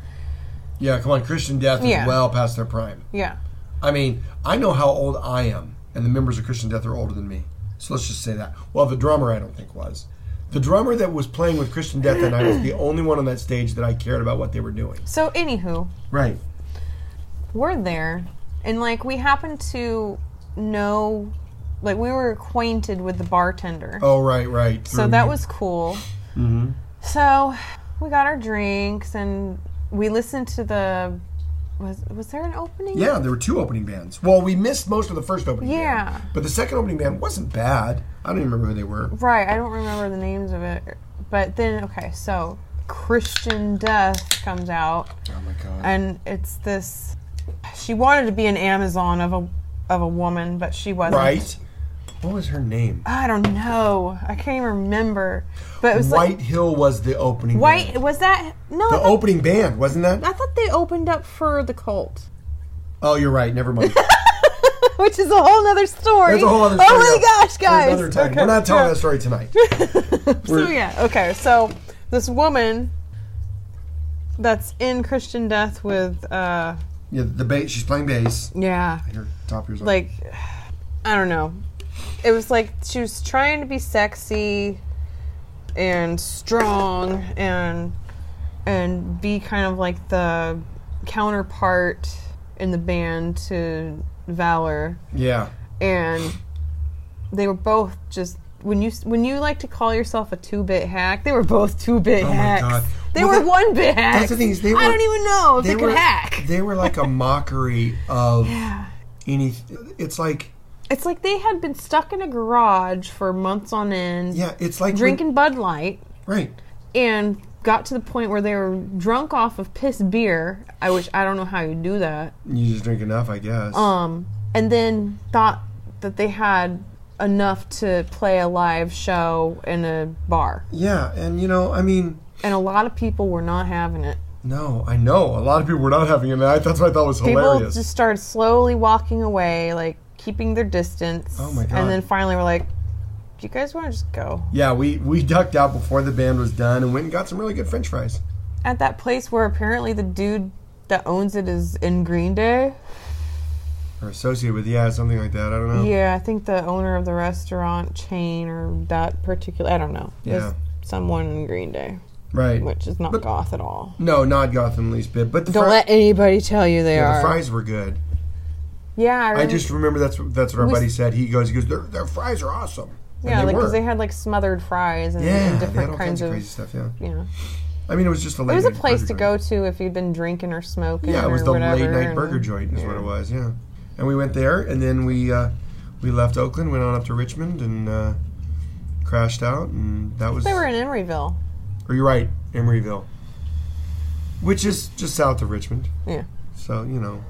B: yeah, come on, Christian Death is
A: Yeah.
B: well past their prime.
A: yeah,
B: I mean, I know how old I am, and the members of Christian Death are older than me. So let's just say that. Well, the drummer I don't think was. The drummer that was playing with Christian Death that night was the only one on that stage that I cared about what they were doing.
A: so anywho,
B: Right.
A: we're there and like we happened to know like we were acquainted with the bartender
B: Oh, mhm. Mm-hmm. right, right. Mm-hmm.
A: so that was cool so we got our drinks and we listened to the was was there an opening
B: Yeah, there were two opening bands. Well, we missed most of the first opening band.
A: Yeah.
B: But the second opening band wasn't bad. I don't even remember who they were.
A: right i don't remember the names of it but then okay so christian death comes out
B: Oh, my God.
A: and it's this she wanted to be an amazon of a of a woman but she wasn't
B: right. What was her name?
A: I don't know. I can't even remember. But it was
B: White
A: like
B: Hill was the opening
A: white.
B: band.
A: Was that no? I
B: The
A: thought,
B: opening band, wasn't that?
A: I thought they opened up for the cult.
B: Oh, you're right. Never mind.
A: which is a whole nother story.
B: That's a whole other
A: Oh
B: story,
A: my
B: yeah.
A: gosh, guys!
B: Another time.
A: Okay.
B: We're not telling that story tonight.
A: So yeah, okay. So this woman that's in Christian Death with uh
B: Yeah, the bass. She's playing bass.
A: yeah,
B: Here, top yours. up.
A: like I don't know. It was like she was trying to be sexy and strong and and be kind of like the counterpart in the band to Valor
B: yeah,
A: and they were both just when you when you like to call yourself a two bit hack, they were both two bit
B: Oh my
A: hacks.
B: God.
A: They
B: Well,
A: were
B: that-
A: one bit hacks.
B: the thing is they
A: I
B: were-
A: don't even know if they,
B: they
A: could
B: were-
A: hack.
B: they were like a mockery of any. It's like
A: It's like they had been stuck in a garage for months on end,
B: yeah, it's like
A: drinking Bud Light,
B: Right.
A: and got to the point where they were drunk off of piss beer. I which I don't know how you do that.
B: You just drink enough, I guess.
A: Um, and then thought that they had enough to play a live show in a bar.
B: yeah, and you know, I mean,
A: and a lot of people were not having it.
B: no, I know a lot of people were not having it. and I, that's what I thought was
A: People
B: hilarious.
A: just started slowly walking away, like keeping their distance.
B: Oh my God.
A: And then finally, we're like, "Do you guys want to just go?"
B: yeah, we we ducked out before the band was done and went and got some really good French fries.
A: At that place where apparently the dude that owns it is in Green Day.
B: Or associated with, yeah, something like that. I don't know.
A: Yeah, I think the owner of the restaurant chain or that particular, I don't know. It was
B: Yeah.
A: Someone in Green Day,
B: Right.
A: which is not
B: But-
A: goth at all.
B: No, not Gotham least bit. But the,
A: Don't
B: fri-
A: let anybody tell you they
B: yeah, the
A: are.
B: fries were good.
A: yeah, I,
B: I
A: remember-
B: just remember that's what- that's what our
A: We-
B: buddy said. He goes, he goes, their, their fries are awesome. And
A: yeah,
B: they
A: like
B: were.
A: 'cause they had like smothered fries and,
B: yeah,
A: and
B: they had
A: different
B: all
A: kinds
B: kinds of
A: of,
B: crazy stuff. Yeah,
A: you know.
B: I mean, it was just a late.
A: It was a
B: night
A: place
B: burger
A: to
B: joint.
A: go to if you'd been drinking or smoking.
B: Yeah, it was
A: or
B: the
A: whatever,
B: late night
A: and-
B: burger joint is what
A: yeah.
B: it was. Yeah, and we went there, and then we uh, we left Oakland, went on up to Richmond, and uh, crashed out, and that was.
A: They were in Emeryville.
B: Are you right, Emeryville, which is just south of Richmond.
A: Yeah,
B: So you know,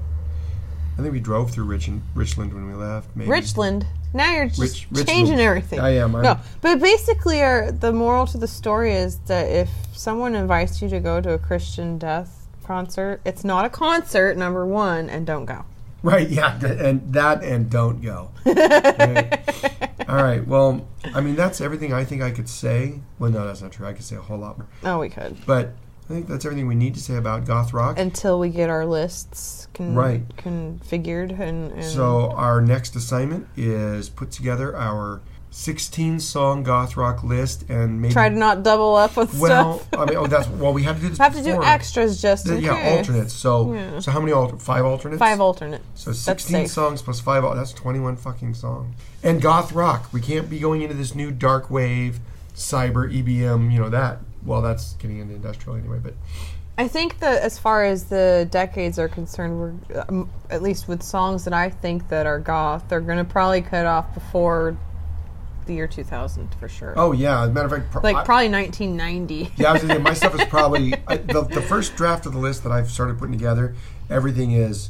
B: I think we drove through Rich- Richland when we left. Maybe.
A: Richland. Now you're just
B: Rich-
A: changing
B: Richmond.
A: everything.
B: I am, I'm-
A: no, but basically, our, the moral to the story is that if someone invites you to go to a Christian death concert, it's not a concert. Number one, and don't go.
B: Right, yeah, th- and that and don't go. Right. All right, well, I mean, that's everything I think I could say. Well, no, that's not true. I could say a whole lot more.
A: No, Oh, we could
B: But I think that's everything we need to say about goth rock.
A: until we get our lists con-
B: Right.
A: configured and, and
B: so, our next assignment is put together our 16 song goth rock list and maybe.
A: try to not double up with
B: well,
A: stuff.
B: I mean, oh, that's. Well, we have to do this
A: Have to do
B: before.
A: extras just
B: Th-
A: in
B: yeah,
A: case.
B: alternates. So,
A: Yeah.
B: so how many alternate? Five alternates.
A: Five alternates.
B: So
A: That's
B: 16
A: safe.
B: songs plus five, al- that's 21 fucking songs. And goth rock. We can't be going into this new dark wave, cyber, EBM, you know, that. Well, that's getting into industrial anyway, but
A: I think that as far as the decades are concerned, we're um, at least with songs that I think that are goth, they're going to probably cut off before the year 2000 for sure.
B: oh yeah, as a matter of fact, pro-
A: like
B: I-
A: probably 1990.
B: yeah, I was gonna say, my stuff is probably I, the, the first draft of the list that I've started putting together. Everything is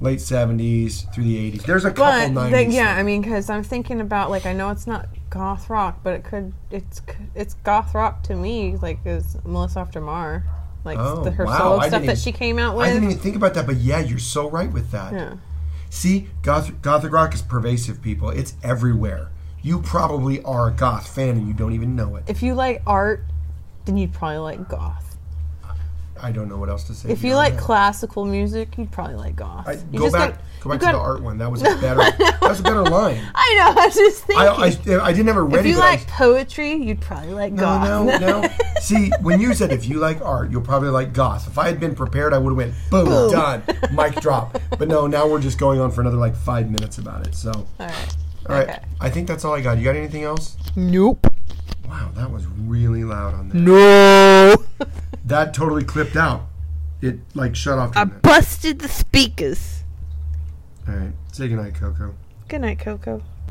B: late 70s through the 80s. There's a couple
A: But
B: 90s.
A: the, yeah,
B: things.
A: I mean, because I'm thinking about like I know it's not goth rock, but it could it's c- it's goth rock to me. Like is Melissa After Mar, like
B: Oh,
A: the, her
B: wow,
A: solo
B: I didn't
A: stuff
B: even-
A: that she came out
B: I
A: with.
B: didn't even think about that, but yeah, you're so right with that.
A: yeah.
B: See, goth, gothic rock is pervasive, people. It's everywhere. You probably are a goth fan and you don't even know it.
A: If you like art, then you'd probably like goth.
B: I don't know what else to say.
A: If you
B: beyond
A: like
B: that.
A: classical music, you'd probably like goth.
B: I,
A: You
B: go
A: just
B: back,
A: got-
B: go back
A: you
B: to the
A: got-
B: art one. That was a better. that was a better line.
A: I know. I was just thinking.
B: I, I, I didn't have it
A: if
B: ready.
A: you
B: but I
A: like
B: was-
A: poetry, you'd probably like goth.
B: no, no, no. See, when you said if you like art, you'll probably like goth. If I had been prepared, I would have went boom, done, mic drop. But no, now we're just going on for another like five minutes about it. So, all
A: All right.
B: right,
A: Okay.
B: I think that's all I got. You got anything else?
A: Nope.
B: Wow, that was really loud on that.
A: No.
B: That totally clipped out. It like shut off.
A: Um,
B: during that.
A: Busted the speakers.
B: All right, say goodnight, Coco.
A: Good night, Coco.